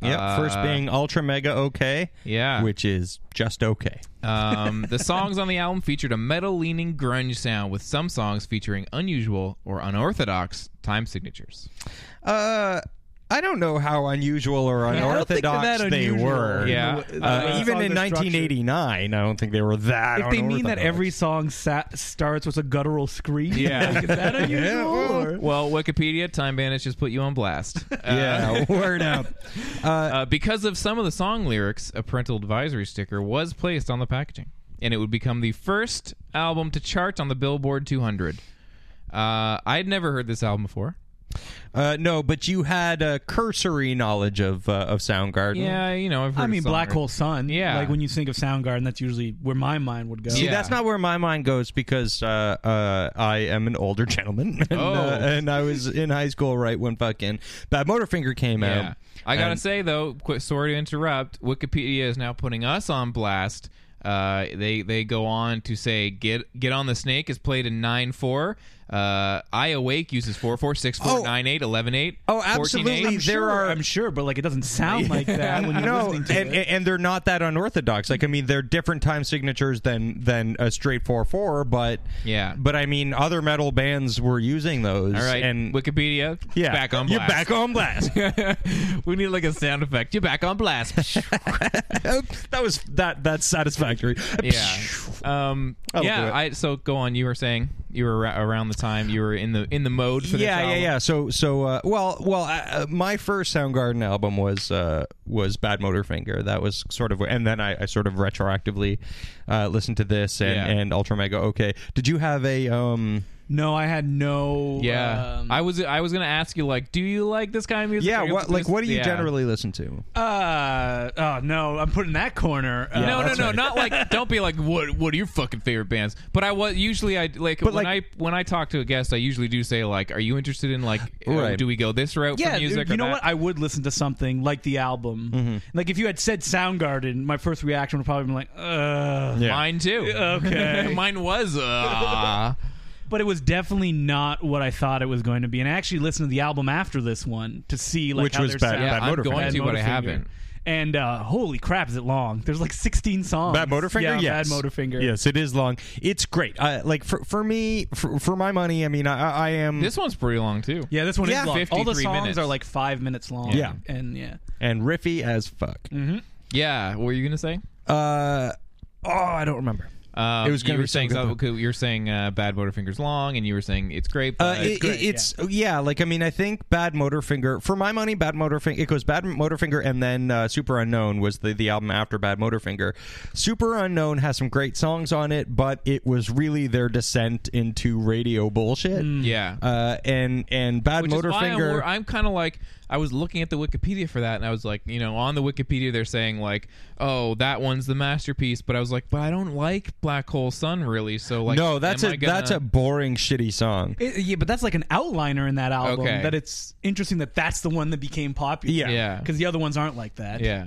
Speaker 3: Yep. first
Speaker 2: Uh,
Speaker 3: being ultra mega okay.
Speaker 2: Yeah.
Speaker 3: Which is just okay.
Speaker 2: Um, the songs on the album featured a metal leaning grunge sound, with some songs featuring unusual or unorthodox time signatures.
Speaker 3: Uh, I don't know how unusual or
Speaker 4: I don't think they're
Speaker 3: unorthodox
Speaker 4: that
Speaker 3: they
Speaker 4: unusual.
Speaker 3: were.
Speaker 2: Yeah.
Speaker 4: Uh,
Speaker 3: Uh,
Speaker 4: the
Speaker 3: even
Speaker 4: song
Speaker 3: in
Speaker 4: they're structured.
Speaker 3: 1989, I don't think they were that.
Speaker 4: If they mean that
Speaker 3: unorthodox.
Speaker 4: every song sa- starts with a guttural scream,
Speaker 2: Yeah.
Speaker 4: like, is that unusual?
Speaker 3: well,
Speaker 4: or-
Speaker 2: Well, Wikipedia, Time Bandits just put you on blast. Uh,
Speaker 3: yeah, word up.
Speaker 2: Uh, because of some of the song lyrics, a parental advisory sticker was placed on the packaging, and it would become the first album to chart on the Billboard 200. Uh, I'd never heard this album before.
Speaker 3: Uh, no, but you had a cursory knowledge of uh, of Soundgarden.
Speaker 2: Yeah, you know, I've heard
Speaker 4: I mean,
Speaker 2: of song
Speaker 4: Black
Speaker 2: lyrics.
Speaker 4: Hole Sun.
Speaker 2: Yeah.
Speaker 4: Like when you think of Soundgarden, that's usually where my mind would go.
Speaker 3: See,
Speaker 2: Yeah.
Speaker 3: that's not where my mind goes because uh, uh, I am an older gentleman, and, uh,
Speaker 2: Oh.
Speaker 3: and I was in high school right when fucking Bad Motorfinger came
Speaker 2: Yeah.
Speaker 3: out.
Speaker 2: I gotta
Speaker 3: And-
Speaker 2: say though, qu- sorry to interrupt. Wikipedia is now putting us on blast. Uh, they they go on to say get get on the snake is played in nine four. Uh, I awake uses four four six
Speaker 3: Oh.
Speaker 2: four nine eight eleven eight.
Speaker 3: Oh, absolutely.
Speaker 4: I'm
Speaker 3: There
Speaker 4: sure,
Speaker 3: are-
Speaker 4: I'm sure, but like it doesn't sound like that when you're
Speaker 3: no,
Speaker 4: listening
Speaker 3: and,
Speaker 4: to
Speaker 3: and
Speaker 4: it.
Speaker 3: and they're not that unorthodox. Like I mean, they're different time signatures than than a straight four four, but
Speaker 2: Yeah.
Speaker 3: But I mean, other metal bands were using those.
Speaker 2: All right,
Speaker 3: and
Speaker 2: Wikipedia.
Speaker 3: yeah,
Speaker 2: back on blast.
Speaker 3: You're back on blast.
Speaker 2: we need like a sound effect. You're back on blast.
Speaker 3: that was that that's satisfactory.
Speaker 2: yeah. Um,
Speaker 3: That'll do
Speaker 2: yeah.
Speaker 3: it.
Speaker 2: I so go on. You were saying you were ra- around the time you were in the in the mode for this
Speaker 3: yeah, yeah,
Speaker 2: album.
Speaker 3: yeah. So, so uh, well, well. Uh, uh, my first Soundgarden album was uh, was Bad Motorfinger. That was sort of, and then I, I sort of retroactively uh, listened to this and,
Speaker 2: Yeah.
Speaker 3: and Ultra Mega. Okay, did you have a um?
Speaker 4: no, I had no.
Speaker 2: Yeah,
Speaker 4: um,
Speaker 2: I was I was gonna ask you like, do you like this kind of music?
Speaker 3: Yeah,
Speaker 2: Or
Speaker 3: what like
Speaker 2: this-
Speaker 3: what do you
Speaker 2: yeah.
Speaker 3: generally listen to?
Speaker 4: uh, oh no, I'm putting that corner. Uh,
Speaker 2: no, no,
Speaker 3: that's
Speaker 2: no,
Speaker 3: right.
Speaker 2: not like. Don't be like, what? What are your fucking favorite bands? But I was usually I like when
Speaker 3: like-
Speaker 2: I when I talk to a guest, I usually do say like, are you interested in like, uh,
Speaker 3: Right.
Speaker 2: do we go this route
Speaker 4: Yeah,
Speaker 2: for music?
Speaker 4: you
Speaker 2: or
Speaker 4: know
Speaker 2: that? Mm-hmm.
Speaker 4: what? I would listen to something like the album. Like if you had said Soundgarden, my first reaction would probably be like, "Ugh."
Speaker 3: Yeah.
Speaker 2: Mine too.
Speaker 4: Okay.
Speaker 2: mine was. Uh,
Speaker 4: But it was definitely not what I thought it was going to be. And I actually listened to the album after this one to see like
Speaker 3: Which
Speaker 4: how
Speaker 3: was
Speaker 4: their
Speaker 3: bad-
Speaker 4: sound-
Speaker 3: bad
Speaker 2: yeah, I'm
Speaker 3: Motorfinger.
Speaker 2: going to,
Speaker 4: Bad
Speaker 2: but I
Speaker 4: Motorfinger.
Speaker 2: haven't.
Speaker 6: And uh, holy crap, is it long? There's like 16 songs.
Speaker 3: Bad Motorfinger?
Speaker 6: Yeah,
Speaker 3: yes.
Speaker 6: Bad Motorfinger.
Speaker 3: Yes, it is long. It's great. Uh, like for for me, for, for my money, I mean, I, I am.
Speaker 2: This one's pretty long too.
Speaker 6: Yeah, this one
Speaker 3: Yeah.
Speaker 6: is long. All the
Speaker 2: 53
Speaker 6: songs
Speaker 2: minutes.
Speaker 6: are like five minutes long.
Speaker 3: Yeah.
Speaker 6: and yeah,
Speaker 3: and riffy as fuck.
Speaker 2: Yeah. What were you gonna say?
Speaker 3: Uh, oh, I don't remember.
Speaker 2: Um,
Speaker 3: It was gonna
Speaker 2: you were
Speaker 3: be so
Speaker 2: saying
Speaker 3: good,
Speaker 2: something- you were saying uh, bad Motorfingers long, and you were saying it's great.
Speaker 3: Uh,
Speaker 2: But
Speaker 3: it- it- it's yeah. like I mean, I think Bad Motorfinger for my money, Bad Motorfinger. It goes Bad Motorfinger, and then uh, Super Unknown was the the album after Bad Motorfinger. Super Unknown has some great songs on it, but it was really their descent into radio bullshit.
Speaker 2: yeah.
Speaker 3: Uh, and and Bad
Speaker 2: Mm. Which is why I'm wor-
Speaker 3: Motorfinger.
Speaker 2: I'm, kind of like I was looking at the Wikipedia for that, and I was like, you know, on the Wikipedia they're saying like, oh, that one's the masterpiece, but I was like, but I don't like Black Hole Sun really, so like,
Speaker 3: no, that's
Speaker 2: am
Speaker 3: a
Speaker 2: I gonna-
Speaker 3: that's a boring shitty song.
Speaker 6: It- yeah. But that's like an outliner in that album.
Speaker 2: Okay.
Speaker 6: That it's interesting that that's the one that became popular.
Speaker 3: Yeah.
Speaker 2: Yeah.
Speaker 6: because the other ones aren't like that.
Speaker 2: yeah.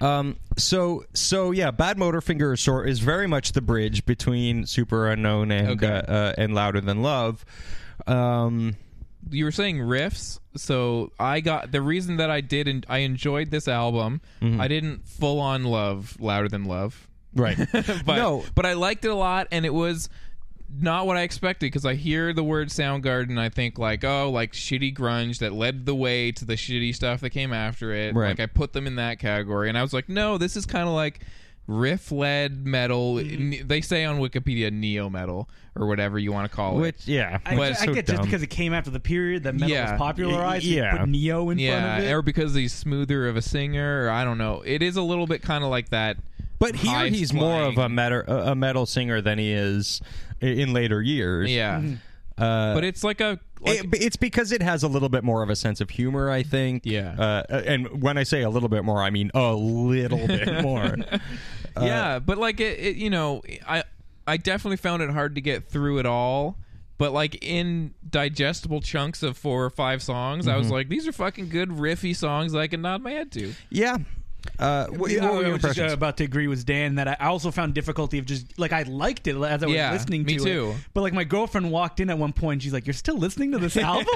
Speaker 3: Um, so so yeah, Bad Motorfinger is sort is very much the bridge between Super Unknown and
Speaker 2: Okay.
Speaker 3: uh, uh, and Louder Than Love. Um,
Speaker 2: You were saying riffs, so I got the reason that I did and I enjoyed this album.
Speaker 3: Mm-hmm.
Speaker 2: I didn't full on love louder than love.
Speaker 3: right.
Speaker 2: but,
Speaker 3: No.
Speaker 2: but I liked it a lot, and it was not what I expected because I hear the word Soundgarden, I think like oh, like shitty grunge that led the way to the shitty stuff that came after it.
Speaker 3: Right.
Speaker 2: Like I put them in that category, and I was like, no, this is kind of like riff led metal.
Speaker 3: Mm-hmm.
Speaker 2: Ne- They say on Wikipedia neo metal or whatever you want to call it.
Speaker 3: Which yeah,
Speaker 6: I,
Speaker 2: But
Speaker 6: I
Speaker 2: it's
Speaker 3: so
Speaker 6: get
Speaker 3: dumb.
Speaker 6: just because it came after the period that metal
Speaker 2: Yeah.
Speaker 6: was popularized.
Speaker 3: Y- yeah.
Speaker 6: they put neo in front of
Speaker 2: Yeah,
Speaker 6: it.
Speaker 2: or because he's smoother of a singer, or I don't know. It is a little bit kind of like that.
Speaker 3: but here
Speaker 2: high
Speaker 3: he's more of a
Speaker 2: flying-
Speaker 3: metal a metal singer than he is i- in later years.
Speaker 2: yeah. but it's like a like,
Speaker 3: Mm-hmm. Uh, It- it's because it has a little bit more of a sense of humor, I think.
Speaker 2: Yeah.
Speaker 3: Uh, and when I say a little bit more, I mean a little bit more. Uh,
Speaker 2: yeah but like it, it you know i i definitely found it hard to get through it all but like in digestible chunks of four or five songs
Speaker 3: Mm-hmm.
Speaker 2: i was like these are fucking good riffy songs that i can nod my head to
Speaker 3: Yeah. Uh, what,
Speaker 6: Yeah,
Speaker 3: what were
Speaker 6: I
Speaker 3: your
Speaker 6: was just, uh,
Speaker 3: impressions?
Speaker 6: about to agree with Dan that I I also found difficulty of just like I liked it as I was
Speaker 2: Yeah,
Speaker 6: listening
Speaker 2: me
Speaker 6: to
Speaker 2: too.
Speaker 6: it. But like my girlfriend walked in at one point, she's like, "You're still listening to this album?"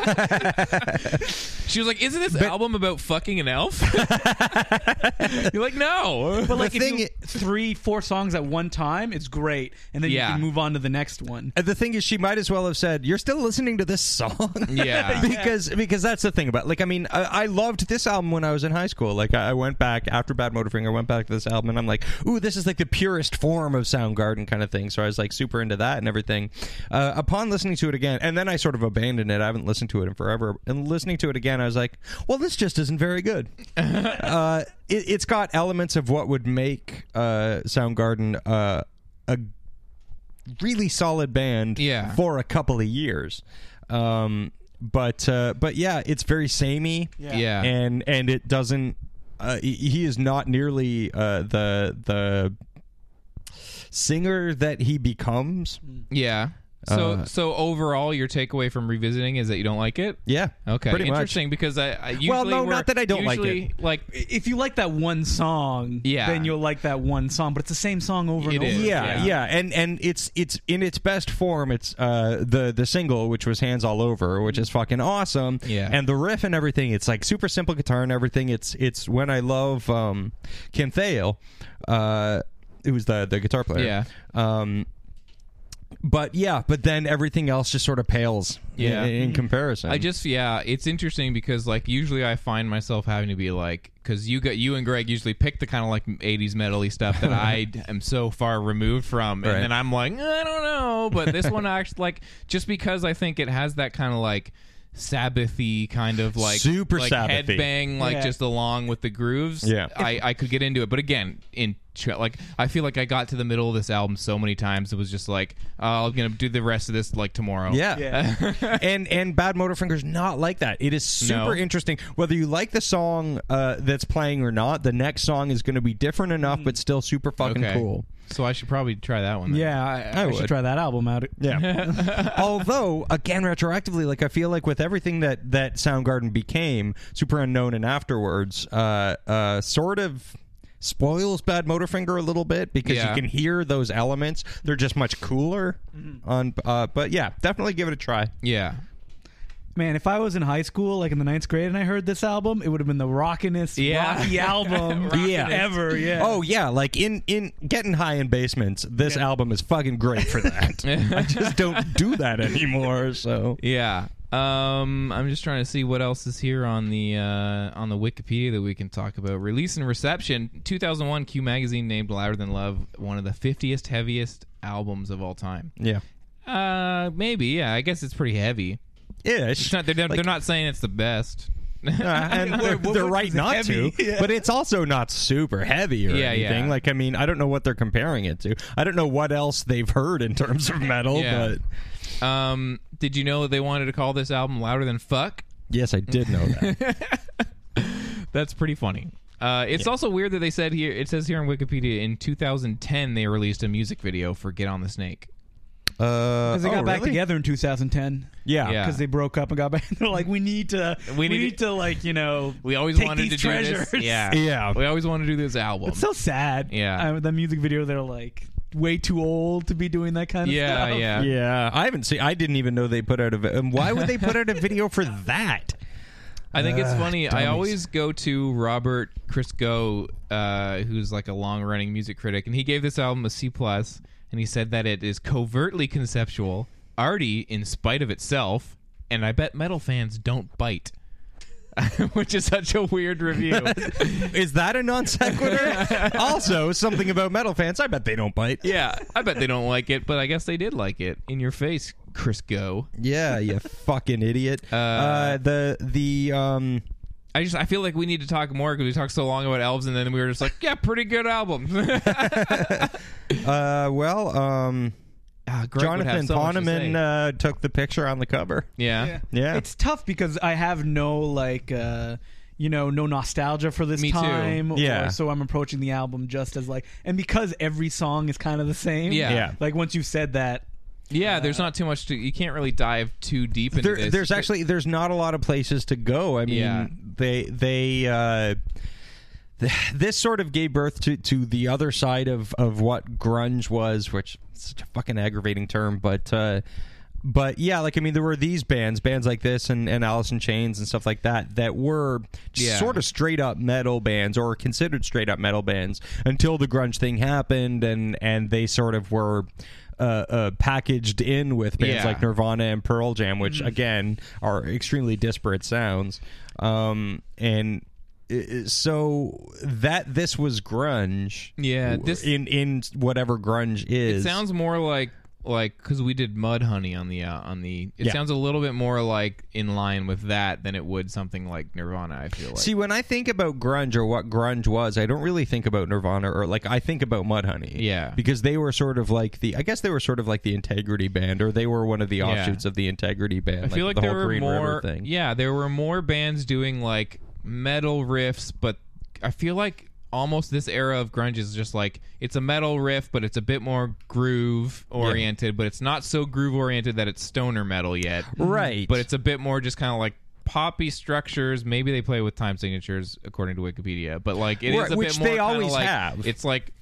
Speaker 2: she was like isn't this album about fucking an elf you're like no
Speaker 6: But like
Speaker 3: thing
Speaker 6: if you, three, four songs at one time, it's great, and then
Speaker 2: Yeah.
Speaker 6: you can move on to the next one.
Speaker 3: And the thing is, she might as well have said, "You're still listening to this song."
Speaker 2: Yeah.
Speaker 3: because because that's the thing about like I mean I, I loved this album when I was in high school. Like I, I went back after Bad Motorfinger, I went back to this album, and I'm like, "Ooh, this is like the purest form of Soundgarden kind of thing." So I was like super into that and everything. Uh, upon listening to it again, and then I sort of abandoned it. I haven't listened to it in forever. And listening to it again, I was like, "Well, this just isn't very good." uh, it, it's got elements of what would make uh, Soundgarden uh, a really solid band
Speaker 2: Yeah.
Speaker 3: for a couple of years. Um, but uh, but yeah, it's very samey.
Speaker 2: Yeah.
Speaker 3: and and it doesn't. Uh, he- he is not nearly uh, the the singer that he becomes.
Speaker 2: yeah so
Speaker 3: Uh,
Speaker 2: so overall your takeaway from revisiting is that you don't like it
Speaker 3: Yeah.
Speaker 2: okay
Speaker 3: Pretty much.
Speaker 2: interesting because i, I usually
Speaker 3: Well, no,
Speaker 2: we're-
Speaker 3: not that I don't like
Speaker 2: usually,
Speaker 3: it.
Speaker 2: like
Speaker 6: If you like that one song,
Speaker 2: Yeah.
Speaker 6: then you'll like that one song. But it's the same song over
Speaker 2: It
Speaker 6: and over.
Speaker 2: is.
Speaker 3: Yeah,
Speaker 2: Yeah.
Speaker 3: yeah, and and it's it's in its best form. It's uh the the single which was hands all over, which is fucking awesome.
Speaker 2: Yeah.
Speaker 3: and the riff and everything. It's like super simple guitar and everything. It's it's when I love um Ken Thale, uh, who's the the guitar player.
Speaker 2: Yeah.
Speaker 3: Um, but yeah, but then everything else just sort of pales. in-
Speaker 2: Yeah.
Speaker 3: in, comparison.
Speaker 2: I just yeah, it's interesting because like usually I find myself having to be like because you got you and Greg usually pick the kind of like '80s metal-y stuff that I d- am so far removed from, and
Speaker 3: Right.
Speaker 2: then I'm like I don't know, but this one actually like just because I think it has that kind of like Sabbathy kind of like
Speaker 3: Super
Speaker 2: like
Speaker 3: Sabbath-y.
Speaker 2: headbang like
Speaker 6: Yeah.
Speaker 2: just along with the grooves.
Speaker 3: Yeah.
Speaker 2: I I could get into it, but again in. tr- Like I feel like I got to the middle of this album so many times it was just like oh, I'm gonna do the rest of this like tomorrow.
Speaker 3: Yeah.
Speaker 6: Yeah.
Speaker 3: and and Bad Motorfinger's not like that. It is super
Speaker 2: No.
Speaker 3: interesting. Whether you like the song uh, that's playing or not, the next song is going to be different enough, but still super fucking
Speaker 2: Mm. Okay.
Speaker 3: cool.
Speaker 2: So I should probably try that one. Then.
Speaker 6: Yeah, I,
Speaker 3: I
Speaker 6: I,
Speaker 3: would.
Speaker 6: should try that album out.
Speaker 3: Yeah. Although, again, retroactively, like I feel like with everything that that Soundgarden became, Super Unknown and afterwards, uh, uh, sort of spoils Bad Motorfinger a little bit because
Speaker 2: Yeah.
Speaker 3: you can hear those elements.
Speaker 2: Mm-hmm.
Speaker 3: They're just much cooler. On, uh, but yeah, definitely give it a try.
Speaker 2: Yeah.
Speaker 6: Man, if I was in high school, like in the ninth grade, and I heard this album, it would have been the rockinest,
Speaker 2: Yeah.
Speaker 6: rocky album
Speaker 3: Yeah.
Speaker 6: ever. Yeah.
Speaker 3: Oh yeah, like in in getting high in basements. This album is fucking great for that. I just don't do that anymore. So
Speaker 2: Yeah. Um, I'm just trying to see what else is here on the uh, on the Wikipedia that we can talk about. Release and reception. 2001 Q magazine named "Louder Than Love" one of the 50th heaviest albums of all time.
Speaker 3: yeah,
Speaker 2: Uh, maybe. Yeah, I guess it's pretty heavy.
Speaker 3: ish.
Speaker 2: It's not. They're, they're not saying it's the best.
Speaker 3: Uh, and they're, they're right not
Speaker 6: heavy?
Speaker 3: to, but it's also not super heavy or
Speaker 2: Yeah, yeah.
Speaker 3: anything. Like, I mean, I don't know what they're comparing it to. I don't know what else they've heard in terms of metal,
Speaker 2: Yeah.
Speaker 3: but
Speaker 2: Um, did you know they wanted to call this album "Louder Than Fuck"?
Speaker 3: yes, I did know that.
Speaker 2: That's pretty funny. Uh, it's also weird that they said here. It says here on Wikipedia in 2010 they released a music video for "Get on the Snake."
Speaker 3: Uh,
Speaker 6: Because they
Speaker 3: oh,
Speaker 6: got back
Speaker 3: really?
Speaker 6: together in 2010.
Speaker 3: Yeah.
Speaker 2: Yeah.
Speaker 6: Because they broke up and got back. They're like, we need to, we
Speaker 2: need
Speaker 6: need,
Speaker 2: to-
Speaker 6: to, like, you know,
Speaker 2: We always
Speaker 6: take
Speaker 2: wanted
Speaker 6: these
Speaker 2: to
Speaker 6: treasures.
Speaker 2: do this. Yeah.
Speaker 3: Yeah.
Speaker 2: We always want to do this album.
Speaker 6: It's so sad.
Speaker 2: Yeah.
Speaker 6: Uh, the music video, they're like way too old to be doing that kind of
Speaker 2: yeah,
Speaker 6: stuff.
Speaker 2: yeah,
Speaker 3: Yeah, I haven't seen. I didn't even know they put out a. vi- Um, why would they put out a video for that?
Speaker 2: I think it's
Speaker 3: Ugh,
Speaker 2: funny. I
Speaker 3: dummies.
Speaker 2: always go to Robert Crisco, uh, who's like a long-running music critic, and he gave this album a C plus, and he said that it is covertly conceptual, arty in spite of itself, and I bet metal fans don't bite, which is such a weird review.
Speaker 3: Is that a non sequitur? also, something about metal fans. I bet they don't bite.
Speaker 2: yeah, I bet they don't like it, but I guess they did like it. In your face, Crisco.
Speaker 3: Yeah, you fucking idiot. Uh, the the um.
Speaker 2: I just I feel like we need to talk more because we talked so long about elves, and then we were just like, yeah, pretty good album.
Speaker 3: Uh, well, um.
Speaker 2: Ah, Greg would have
Speaker 3: Jonathan
Speaker 2: so much to
Speaker 3: Poneman
Speaker 2: say.
Speaker 3: uh, took the picture on the cover.
Speaker 2: yeah.
Speaker 3: Yeah.
Speaker 6: It's tough because I have no like uh you know, no nostalgia for this
Speaker 2: Me too.
Speaker 6: time. or-
Speaker 3: Yeah.
Speaker 6: so I'm approaching the album just as like and because every song is kind of the same.
Speaker 2: Yeah.
Speaker 3: Yeah.
Speaker 6: Like once you've said that,
Speaker 2: Yeah, there's not too much to. You can't really dive too deep into
Speaker 3: There,
Speaker 2: this.
Speaker 3: there's actually there's not a lot of places to go. I mean,
Speaker 2: Yeah.
Speaker 3: they they uh, th- this sort of gave birth to, to the other side of, of what grunge was, which is such a fucking aggravating term, but uh, but yeah, like I mean, there were these bands, bands like this and and Alice in Chains and stuff like that, that were just
Speaker 2: Yeah.
Speaker 3: sort of straight up metal bands or considered straight up metal bands until the grunge thing happened and and they sort of were. Uh, uh, packaged in with bands
Speaker 2: Yeah. Mm-hmm.
Speaker 3: like Nirvana and Pearl Jam, which again are extremely disparate sounds. Um, and uh, so that this was grunge,
Speaker 2: Yeah, this-
Speaker 3: in in whatever grunge is.
Speaker 2: It sounds more like like because we did Mud Honey on the uh, on the. It
Speaker 3: Yeah.
Speaker 2: sounds a little bit more like in line with that than it would something like Nirvana. I feel like.
Speaker 3: See, when I think about grunge or what grunge was, I don't really think about Nirvana or like I think about Mudhoney.
Speaker 2: Yeah.
Speaker 3: Because they were sort of like the I guess they were sort of like the Integrity Band or they were one of the offshoots of the Integrity Band.
Speaker 2: I feel like
Speaker 3: the
Speaker 2: there
Speaker 3: whole
Speaker 2: were
Speaker 3: Green
Speaker 2: more.
Speaker 3: River thing.
Speaker 2: Yeah, there were more bands doing like metal riffs, but I feel like almost this era of grunge is just like it's a metal riff, but it's a bit more groove oriented, but it's not so groove oriented that it's stoner metal yet.
Speaker 3: Right.
Speaker 2: But it's a bit more just kind of like poppy structures. Maybe they play with time signatures according to Wikipedia, but like it is
Speaker 3: Right,
Speaker 2: a
Speaker 3: which
Speaker 2: bit more.
Speaker 3: they
Speaker 2: kinda
Speaker 3: always
Speaker 2: like-
Speaker 3: have.
Speaker 2: It's like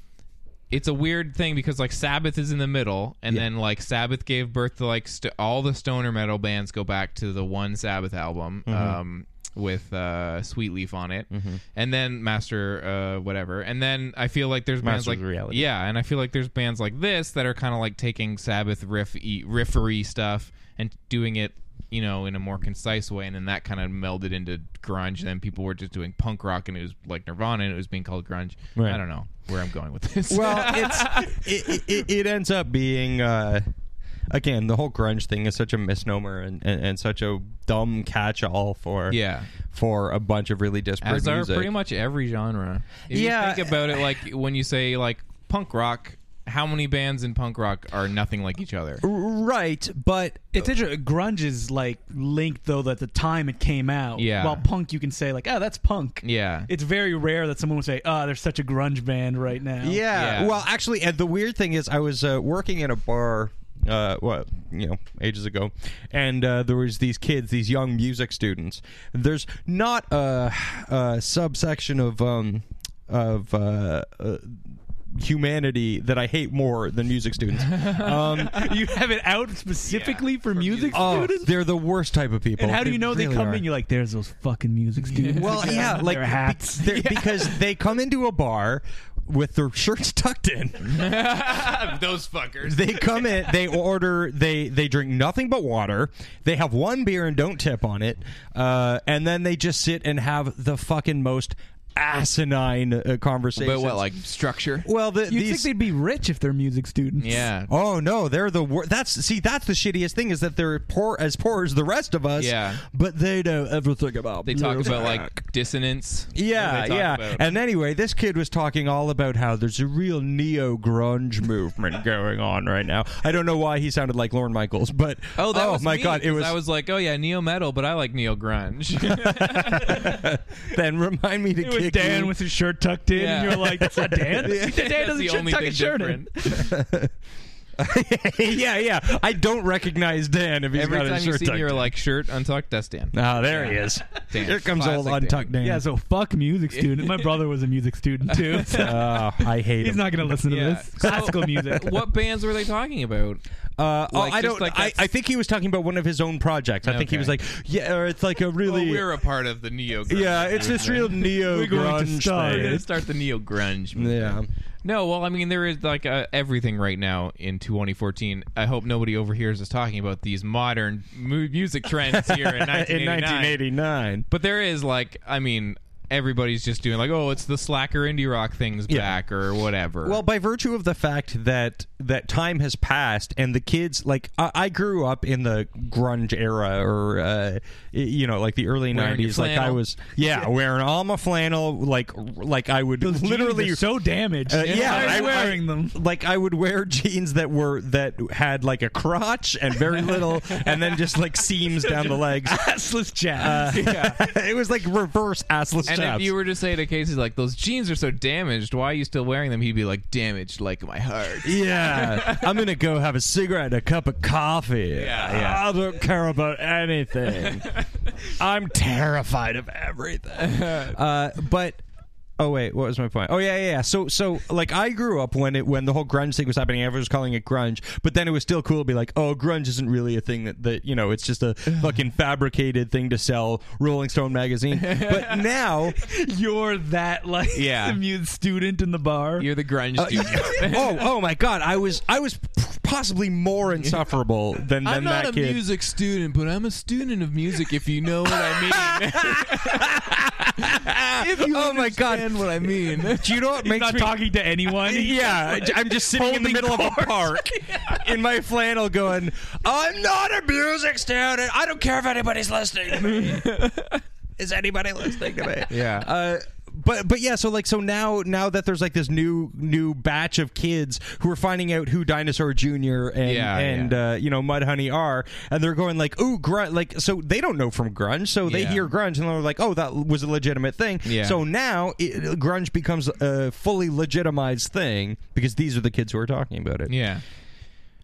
Speaker 2: it's a weird thing because like Sabbath is in the middle, and then like Sabbath gave birth to like st- all the stoner metal bands go back to the one Sabbath album
Speaker 3: Mm-hmm.
Speaker 2: um, with uh, Sweet Leaf on it, and then Master uh, whatever, and then I feel like there's bands
Speaker 3: Masters
Speaker 2: like
Speaker 3: of Reality.
Speaker 2: yeah, and I feel like there's bands like this that are kind of like taking Sabbath riff e, riffery stuff and doing it. You know, in a more concise way, and then that kind of melded into grunge. And then people were just doing punk rock, and it was like Nirvana, and it was being called grunge.
Speaker 3: Right.
Speaker 2: I don't know where I'm going with this.
Speaker 3: Well, it's it, it, it ends up being uh, again the whole grunge thing is such a misnomer and, and, and such a dumb catch-all for
Speaker 2: Yeah.
Speaker 3: for a bunch of really disparate
Speaker 2: as are
Speaker 3: music.
Speaker 2: pretty much every genre. If
Speaker 3: Yeah.
Speaker 2: you think about it, like when you say like punk rock, how many bands in punk rock are nothing like each other?
Speaker 3: right, but
Speaker 6: it's interesting. Grunge is like linked though that the time it came out.
Speaker 2: Yeah.
Speaker 6: While punk, you can say like, oh, that's punk.
Speaker 2: Yeah,
Speaker 6: It's very rare that someone would say, oh, there's such a grunge band right now.
Speaker 3: Yeah.
Speaker 2: Yeah.
Speaker 3: Well, actually, and the weird thing is, I was uh, working in a bar, uh, what you know, ages ago, and uh, there was these kids, these young music students. There's not a, a subsection of um, of uh, uh, humanity that I hate more than music students. Um,
Speaker 6: you have it out specifically for, music
Speaker 3: oh,
Speaker 6: students.
Speaker 3: they're the worst type of people.
Speaker 6: and how do you know they
Speaker 3: really
Speaker 6: come
Speaker 3: are.
Speaker 6: in? You're like, there's those fucking music students.
Speaker 3: Well, yeah, like
Speaker 6: their hats.
Speaker 3: be- they're- because they come into a bar with their shirts tucked in.
Speaker 2: Those fuckers.
Speaker 3: They come in, they order, they they drink nothing but water. They have one beer and don't tip on it, uh, and then they just sit and have the fucking most asinine uh, conversations.
Speaker 2: But what, like structure?
Speaker 3: well, the,
Speaker 6: You'd
Speaker 3: these
Speaker 6: think they'd be rich if they're music students.
Speaker 2: Yeah.
Speaker 3: Oh no, they're the worst. That's see, that's the shittiest thing is that they're poor as poor as the rest of us.
Speaker 2: Yeah.
Speaker 3: but they know everything about.
Speaker 2: They talk about like dissonance.
Speaker 3: Yeah,
Speaker 2: They talk
Speaker 3: yeah.
Speaker 2: about-
Speaker 3: And anyway, this kid was talking all about how there's a real neo grunge movement going on right now. I don't know why he sounded like Lorne Michaels, but
Speaker 2: Oh, that was
Speaker 3: my
Speaker 2: me,
Speaker 3: god, it
Speaker 2: 'cause
Speaker 3: was,
Speaker 2: I was like, oh yeah, neo metal, but I like neo grunge.
Speaker 3: Then remind me to
Speaker 6: It was
Speaker 3: kick
Speaker 6: Dan
Speaker 3: you.
Speaker 6: with his shirt tucked in,
Speaker 2: Yeah.
Speaker 6: and you're like, "That's not Dan. Dan
Speaker 2: That's
Speaker 6: doesn't
Speaker 2: the
Speaker 6: shirt
Speaker 2: only
Speaker 6: tuck
Speaker 2: thing
Speaker 6: his shirt in."
Speaker 2: different.
Speaker 3: yeah, yeah. I don't recognize Dan if he's
Speaker 2: Every
Speaker 3: got
Speaker 2: time
Speaker 3: his
Speaker 2: you
Speaker 3: shirt
Speaker 2: see
Speaker 3: tucked.
Speaker 2: your
Speaker 3: in.
Speaker 2: like shirt untucked, that's Dan.
Speaker 3: Oh, there he is.
Speaker 2: Dan.
Speaker 3: Here comes old
Speaker 2: Classic
Speaker 3: untucked Dan.
Speaker 6: Yeah, so fuck music student. My brother was a music student too. so
Speaker 3: Oh, I hate
Speaker 6: he's
Speaker 3: him.
Speaker 6: not gonna listen to
Speaker 2: Yeah.
Speaker 6: this classical music.
Speaker 2: What bands were they talking about?
Speaker 3: Uh, oh,
Speaker 2: Like, just
Speaker 3: I don't.
Speaker 2: like
Speaker 3: I,
Speaker 2: that's-
Speaker 3: I think he was talking about one of his own projects. I think he
Speaker 2: Okay.
Speaker 3: was like, yeah, or it's like a
Speaker 2: Well,
Speaker 3: really,
Speaker 2: we're a part of the neo.
Speaker 3: yeah, it's this real neo
Speaker 6: going to
Speaker 3: grunge
Speaker 6: start
Speaker 2: We're
Speaker 3: thing.
Speaker 2: gonna start the neo grunge.
Speaker 3: Yeah.
Speaker 2: No, well, I mean, there is like uh, everything right now in 2014. I hope nobody overhears us talking about these modern mu- music trends here in 1989.
Speaker 3: In 1989.
Speaker 2: But there is like, I mean, everybody's just doing like, oh, it's the slacker indie rock things back or whatever.
Speaker 3: Well, by virtue of the fact that that time has passed and the kids, like I, I grew up in the grunge era, or uh, y- you know, like the early
Speaker 2: Wearing your
Speaker 3: '90s. Like I
Speaker 2: flannel.
Speaker 3: was, yeah, wearing all my flannel, like like I would
Speaker 6: Those jeans
Speaker 3: literally
Speaker 6: are so damaged.
Speaker 3: Uh, yeah,
Speaker 6: Why are you
Speaker 3: I- I-
Speaker 6: wearing them.
Speaker 3: like I would wear jeans that were that had like a crotch and very little, and then just like seams down the legs.
Speaker 6: Assless
Speaker 3: Uh,
Speaker 6: jazz.
Speaker 3: it was like reverse assless
Speaker 2: and
Speaker 3: chaps.
Speaker 2: if you were to say to Casey, like, those jeans are so damaged, why are you still wearing them? He'd be like, damaged like my heart.
Speaker 3: yeah, I'm gonna go have a cigarette and a cup of coffee.
Speaker 2: Yeah, yeah.
Speaker 3: I don't care about anything. I'm terrified of everything. Uh, but oh wait, what was my point? Oh yeah, yeah, yeah. So so like I grew up when it when the whole grunge thing was happening. Everyone was calling it grunge, but then it was still cool to be like, oh, grunge isn't really a thing that that you know, it's just a fucking fabricated thing to sell Rolling Stone magazine. But now,
Speaker 6: You're that like
Speaker 2: Yeah.
Speaker 6: the mu- student in the bar.
Speaker 2: You're the grunge
Speaker 3: uh,
Speaker 2: dude.
Speaker 3: oh oh my god, I was I was possibly more insufferable than than
Speaker 2: I'm
Speaker 3: that
Speaker 2: not a
Speaker 3: kid.
Speaker 2: music student, but I'm a student of music. If you know what I mean. if you
Speaker 3: Oh my God.
Speaker 2: understand what I mean.
Speaker 3: Do you know what
Speaker 6: He's
Speaker 3: makes
Speaker 6: not
Speaker 3: me
Speaker 6: talking to anyone.
Speaker 3: Yeah, I'm just sitting in the middle of a park in my flannel going, I'm not a music student. I don't care if anybody's listening to me. Is anybody listening to me?
Speaker 2: Yeah.
Speaker 3: Uh, but but yeah, so like so now now that there's like this new new batch of kids who are finding out who Dinosaur Jr. and
Speaker 2: Yeah,
Speaker 3: and
Speaker 2: yeah.
Speaker 3: Uh, you know Mudhoney are, and they're going like ooh grunge like so they don't know from grunge, so they
Speaker 2: Yeah.
Speaker 3: hear grunge and they're like oh that was a legitimate thing.
Speaker 2: Yeah.
Speaker 3: So now it, grunge becomes a fully legitimized thing because these are the kids who are talking about it.
Speaker 2: Yeah.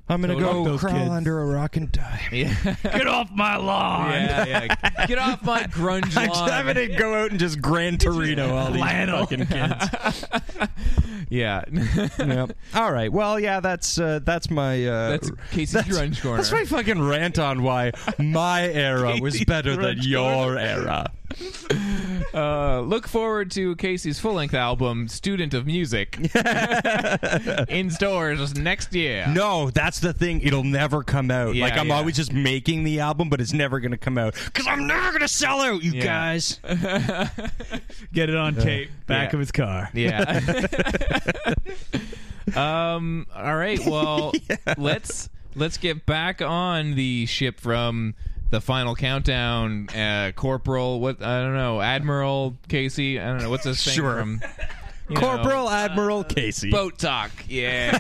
Speaker 3: I'm gonna
Speaker 2: So fuck
Speaker 3: go
Speaker 2: those
Speaker 3: crawl
Speaker 2: kids.
Speaker 3: under a rock and die.
Speaker 2: Yeah.
Speaker 6: Get off my lawn.
Speaker 2: Yeah, yeah. Get off my grunge
Speaker 3: I'm
Speaker 2: lawn.
Speaker 3: having to go out and just Gran Torino all these
Speaker 6: Flannel.
Speaker 3: fucking kids.
Speaker 2: Yeah.
Speaker 3: yep. All right. Well, yeah, that's uh, that's my uh,
Speaker 2: That's Casey's grunge corner.
Speaker 3: That's my fucking rant on why my era was better than your era.
Speaker 2: Uh, look forward to Casey's full length album, Student of Music, in stores next year.
Speaker 3: No, that's the thing. It'll never come out.
Speaker 2: Yeah,
Speaker 3: like I'm
Speaker 2: yeah.
Speaker 3: always just making the album, but it's never gonna come out because I'm never gonna sell out, you
Speaker 2: Yeah.
Speaker 3: guys.
Speaker 6: Get it on tape. Back
Speaker 2: Yeah.
Speaker 6: of his car.
Speaker 2: Yeah. um. All right. Well, let's let's get back on the ship from the final countdown. Uh, Corporal, what I don't know, Admiral Casey. I don't know what's this thing
Speaker 3: Sure.
Speaker 2: from you know, Uh,
Speaker 3: Corporal Admiral Casey,
Speaker 2: Boat Talk. Yeah.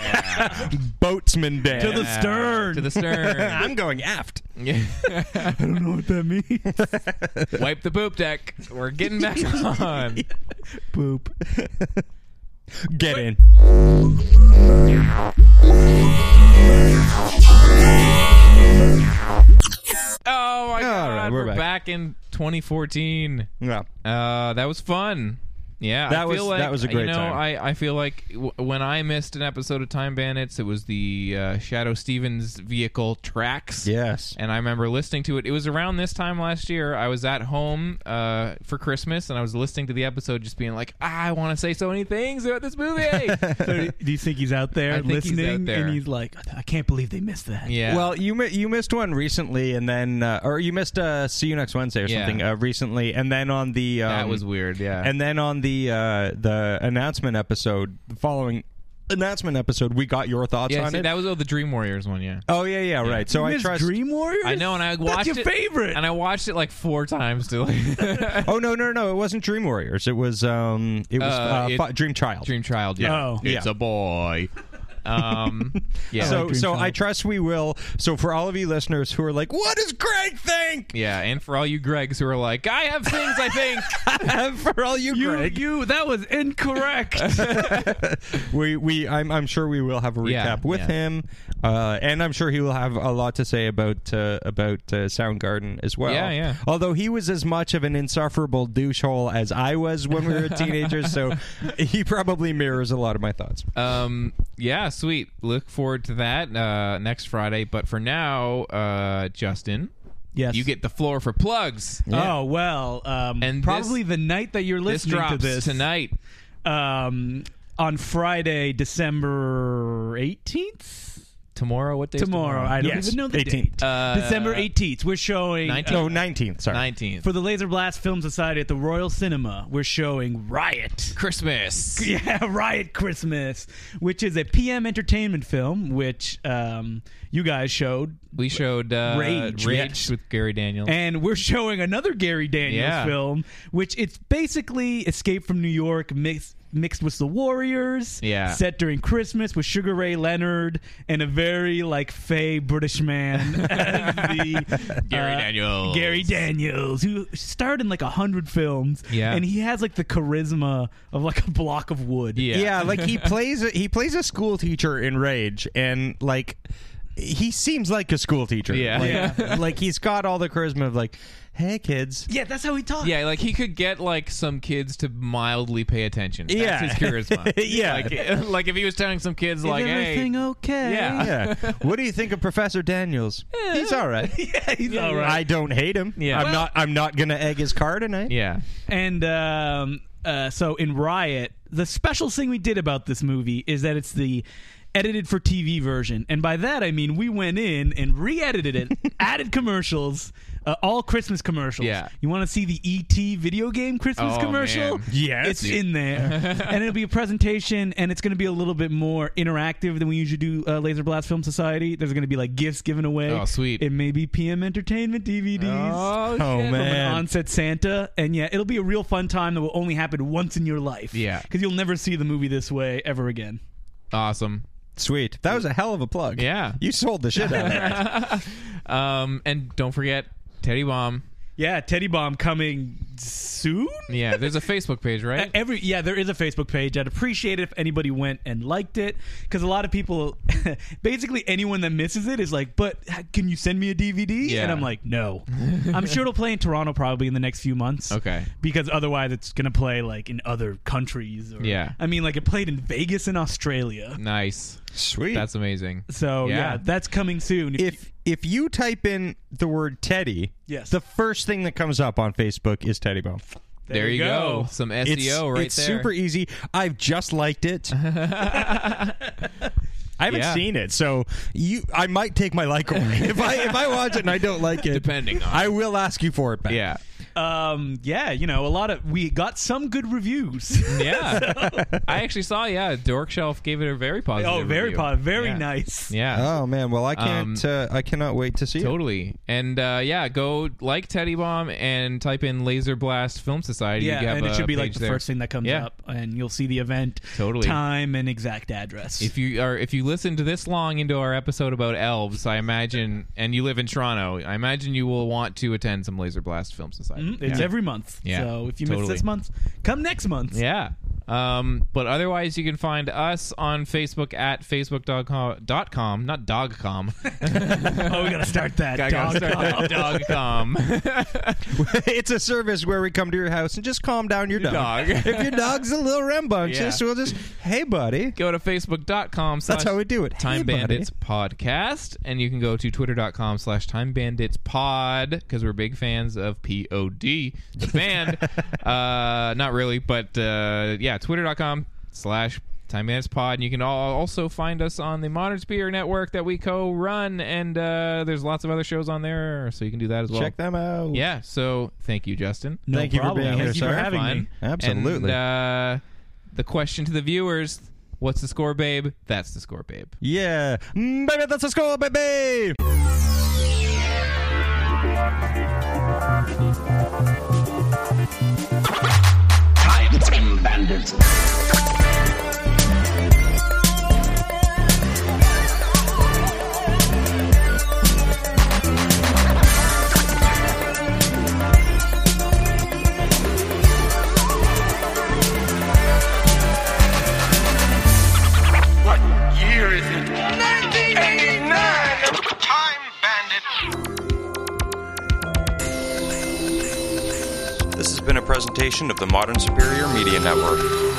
Speaker 3: boatsman Dan.
Speaker 6: To the stern.
Speaker 2: to the stern.
Speaker 3: I'm going aft.
Speaker 6: I don't know what that means.
Speaker 2: Wipe the poop deck. We're getting back on.
Speaker 6: Boop.
Speaker 3: Get in.
Speaker 2: Oh my god,
Speaker 3: right, we're
Speaker 2: we're,
Speaker 3: back.
Speaker 2: Oh, back. in 2014.
Speaker 3: Yeah.
Speaker 2: Uh, that was fun. Yeah,
Speaker 3: That
Speaker 2: I
Speaker 3: was-
Speaker 2: feel like,
Speaker 3: that was a great
Speaker 2: you know,
Speaker 3: time.
Speaker 2: I, I feel like w- when I missed an episode of Time Bandits, it was the uh, Shadow Stevens vehicle tracks.
Speaker 3: Yes.
Speaker 2: And I remember listening to it. It was around this time last year. I was at home uh, for Christmas, and I was listening to the episode, just being like, "Ah, "I want to say so many things about this movie."
Speaker 4: So do you think he's out there
Speaker 2: I think he's out
Speaker 4: listening?
Speaker 2: there.
Speaker 4: And he's like, I can't believe they missed that.
Speaker 2: yeah.
Speaker 3: Well, you mi- you missed one recently, and then uh, or you missed uh, see you next Wednesday or
Speaker 2: Yeah.
Speaker 3: something uh, recently, and then on the um,
Speaker 2: that was weird. Yeah.
Speaker 3: And then on the uh, the announcement episode, the following announcement episode, we got your thoughts
Speaker 2: yeah,
Speaker 3: on
Speaker 2: see,
Speaker 3: it.
Speaker 2: that was oh the Dream Warriors one. Yeah.
Speaker 3: oh yeah, yeah, right. So I
Speaker 4: Miss
Speaker 3: trust.
Speaker 4: Dream Warriors.
Speaker 2: I know, and I
Speaker 4: That's
Speaker 2: watched
Speaker 4: your
Speaker 2: it,
Speaker 4: favorite.
Speaker 2: and I watched it like four times to like
Speaker 3: Oh no, no, no! It wasn't Dream Warriors. It was um, it was
Speaker 2: Uh,
Speaker 3: uh,
Speaker 2: it-
Speaker 3: fi- Dream Child.
Speaker 2: Dream Child. Yeah.
Speaker 4: Oh.
Speaker 2: it's
Speaker 3: Yeah.
Speaker 2: a boy. Um, yeah.
Speaker 3: so,
Speaker 4: Dream
Speaker 3: so
Speaker 4: Child.
Speaker 3: I trust we will. So, for all of you listeners who are like, "What does Greg think?"
Speaker 2: Yeah, and for all you Gregs who are like, I have things I think.
Speaker 3: for all you,
Speaker 6: You,
Speaker 3: Greg,
Speaker 6: you, that was incorrect.
Speaker 3: we, we, I'm, I'm sure we will have a recap
Speaker 2: Yeah,
Speaker 3: with
Speaker 2: yeah.
Speaker 3: him, uh, and I'm sure he will have a lot to say about uh, about uh, Soundgarden as well.
Speaker 2: Yeah, yeah.
Speaker 3: Although he was as much of an insufferable douchehole as I was when we were teenagers, so he probably mirrors a lot of my thoughts.
Speaker 2: um, yeah, sweet. Look forward to that uh, next Friday. But for now, uh, Justin,
Speaker 4: Yes.
Speaker 2: you get the floor for plugs.
Speaker 4: Oh well. Um,
Speaker 2: And this-
Speaker 4: probably the night that you're
Speaker 2: This
Speaker 4: listening
Speaker 2: drops
Speaker 4: to this
Speaker 2: tonight.
Speaker 4: Um, on Friday, December eighteenth.
Speaker 2: Tomorrow, what day?
Speaker 4: Tomorrow. I don't
Speaker 3: Yes,
Speaker 4: even know the
Speaker 3: 18th.
Speaker 4: date.
Speaker 2: Uh,
Speaker 4: December eighteenth. We're showing. uh,
Speaker 2: 19th.
Speaker 3: No, nineteenth. Sorry.
Speaker 2: Nineteenth.
Speaker 4: for the Laser Blast Film Society at the Royal Cinema, we're showing Riot.
Speaker 2: Christmas.
Speaker 4: Yeah, Riot Christmas, which is a PM Entertainment film, which um, you guys showed,
Speaker 2: We showed uh,
Speaker 4: Rage, yes.
Speaker 2: with Gary Daniels.
Speaker 4: and we're showing another Gary Daniels
Speaker 2: Yeah.
Speaker 4: film, which it's basically Escape from New York mixed mixed with The Warriors.
Speaker 2: Yeah.
Speaker 4: set during Christmas with Sugar Ray Leonard and a very like fey British man as the
Speaker 2: Gary
Speaker 4: uh,
Speaker 2: Daniels.
Speaker 4: Gary Daniels, who starred in like a hundred films,
Speaker 2: Yeah.
Speaker 4: and he has like the charisma of like a block of wood.
Speaker 2: Yeah.
Speaker 3: Yeah. like he plays a, he plays a school teacher in Rage, and like he seems like a school teacher.
Speaker 2: Yeah.
Speaker 3: like, like, he's got all the charisma of like, hey kids.
Speaker 4: yeah, that's how he talks.
Speaker 2: Yeah, like he could get like some kids to mildly pay attention. That's
Speaker 3: Yeah.
Speaker 2: his charisma.
Speaker 3: Yeah.
Speaker 2: like, like if he was telling some kids,
Speaker 4: Is
Speaker 2: like,
Speaker 4: everything
Speaker 2: "Hey,
Speaker 4: okay?
Speaker 2: Yeah.
Speaker 3: Yeah, what do you think of Professor Daniels? He's all right.
Speaker 4: yeah, he's all right.
Speaker 3: I don't hate him.
Speaker 2: Yeah.
Speaker 3: I'm
Speaker 2: Well-
Speaker 3: not. I'm not gonna egg his car tonight.
Speaker 2: yeah,
Speaker 4: And um, uh, so in Riot, the special thing we did about this movie is that it's the edited for TV version. And by that, I mean we went in and re edited it, added commercials, uh, all Christmas commercials.
Speaker 2: Yeah.
Speaker 4: You want to see the ET video game Christmas
Speaker 2: Oh,
Speaker 4: commercial?
Speaker 2: man.
Speaker 3: Yes.
Speaker 4: It's in there. and it'll be a presentation, and it's going to be a little bit more interactive than we usually do uh, Laser Blast Film Society. There's going to be like gifts given away.
Speaker 2: Oh, sweet.
Speaker 4: It may be PM Entertainment DVDs
Speaker 3: Oh
Speaker 4: an
Speaker 3: man.
Speaker 4: onset Santa, and yeah, it'll be a real fun time that will only happen once in your life.
Speaker 2: Yeah.
Speaker 4: because you'll never see the movie this way ever again.
Speaker 2: awesome.
Speaker 3: Sweet. That was a hell of a plug.
Speaker 2: Yeah.
Speaker 3: You sold the shit out of that.
Speaker 2: Um, and don't forget Teddy Bomb.
Speaker 4: Yeah, Teddy Bomb coming soon.
Speaker 2: Yeah, there's a Facebook page,
Speaker 4: Uh,
Speaker 2: right?
Speaker 4: Every yeah, there is a Facebook page. I'd appreciate it if anybody went and liked it because a lot of people, basically anyone that misses it is like, "But h- can you send me a DVD?"
Speaker 2: Yeah.
Speaker 4: And I'm like, "No." I'm sure it'll play in Toronto probably in the next few months.
Speaker 2: Okay.
Speaker 4: because otherwise it's gonna play like in other countries. Or,
Speaker 2: Yeah.
Speaker 4: I mean, like it played in Vegas and Australia.
Speaker 2: Nice.
Speaker 3: Sweet.
Speaker 2: That's amazing.
Speaker 4: So yeah,
Speaker 2: Yeah.
Speaker 4: that's coming soon.
Speaker 3: if if you type in the word Teddy,
Speaker 4: Yes.
Speaker 3: the first thing that comes up on Facebook is Teddy Bone.
Speaker 2: There, you go. Some SEO
Speaker 3: It's,
Speaker 2: right
Speaker 3: it's
Speaker 2: there.
Speaker 3: super easy. I've just liked it. I haven't
Speaker 2: Yeah.
Speaker 3: seen it, so you. I might take my like away if I if I watch it and I don't like it.
Speaker 2: Depending on-
Speaker 3: I will ask you for it back.
Speaker 2: Yeah.
Speaker 4: um, yeah, you know, a lot of we got some good reviews.
Speaker 2: Yeah. I actually saw. Yeah, Dork Shelf gave it a very positive.
Speaker 4: oh, very
Speaker 2: review.
Speaker 4: pot, very
Speaker 2: Yeah.
Speaker 4: nice.
Speaker 2: Yeah.
Speaker 3: Oh man, well I can't. uh, I cannot wait to see it.
Speaker 2: Totally. And uh, yeah, go like Teddy Bomb and type in Laser Blast Film Society. You
Speaker 4: Yeah,
Speaker 2: have
Speaker 4: and it
Speaker 2: a
Speaker 4: should be like
Speaker 2: page
Speaker 4: the
Speaker 2: there.
Speaker 4: first thing that comes
Speaker 2: Yeah.
Speaker 4: up, and you'll see the event,
Speaker 2: Totally.
Speaker 4: time, and exact address.
Speaker 2: If you are if you listen to this long into our episode about elves, I imagine and you live in Toronto, I imagine you will want to attend some Laser Blast Film Society.
Speaker 4: Mm, Mm-hmm. it's every month,
Speaker 2: Yeah,
Speaker 4: so if you
Speaker 2: totally.
Speaker 4: miss this month, come next month.
Speaker 2: yeah. Um, but otherwise, you can find us on Facebook at facebook.com, dot com, not dogcom.
Speaker 4: Oh, we gotta start that.
Speaker 2: I
Speaker 4: dog.
Speaker 2: gotta start that dogcom.
Speaker 3: it's a service where we come to your house and just calm down your, dog.
Speaker 2: dog.
Speaker 3: if your dog's a little rambunctious,
Speaker 2: Yeah.
Speaker 3: we'll just, hey, buddy.
Speaker 2: Go to facebook.com slash
Speaker 3: That's how we do it. Hey,
Speaker 2: Time
Speaker 3: buddy.
Speaker 2: Bandits Podcast. And you can go to twitter.com slash Time Bandits Pod because we're big fans of POD, the band. uh, not really, but uh, yeah, twitter.com slash Time Bandits Pod. And you can al- also find us on the Modern Spear Network that we co run. And uh, there's lots of other shows on there, so you can do that as well.
Speaker 3: Check them out.
Speaker 2: Yeah, so thank you, Justin.
Speaker 4: No
Speaker 3: Thank you for
Speaker 4: problem.
Speaker 3: being here,
Speaker 4: Thank you for
Speaker 3: sir.
Speaker 4: having
Speaker 2: Fine.
Speaker 4: me.
Speaker 3: Absolutely.
Speaker 2: And, uh, the question to the viewers What's the score, babe? That's the score, babe.
Speaker 3: Yeah. Mm, baby, that's a score, baby.
Speaker 1: Time bandits. What year is it? 1989. Time bandits.
Speaker 3: This has been a presentation of the Modern Superior Media Network.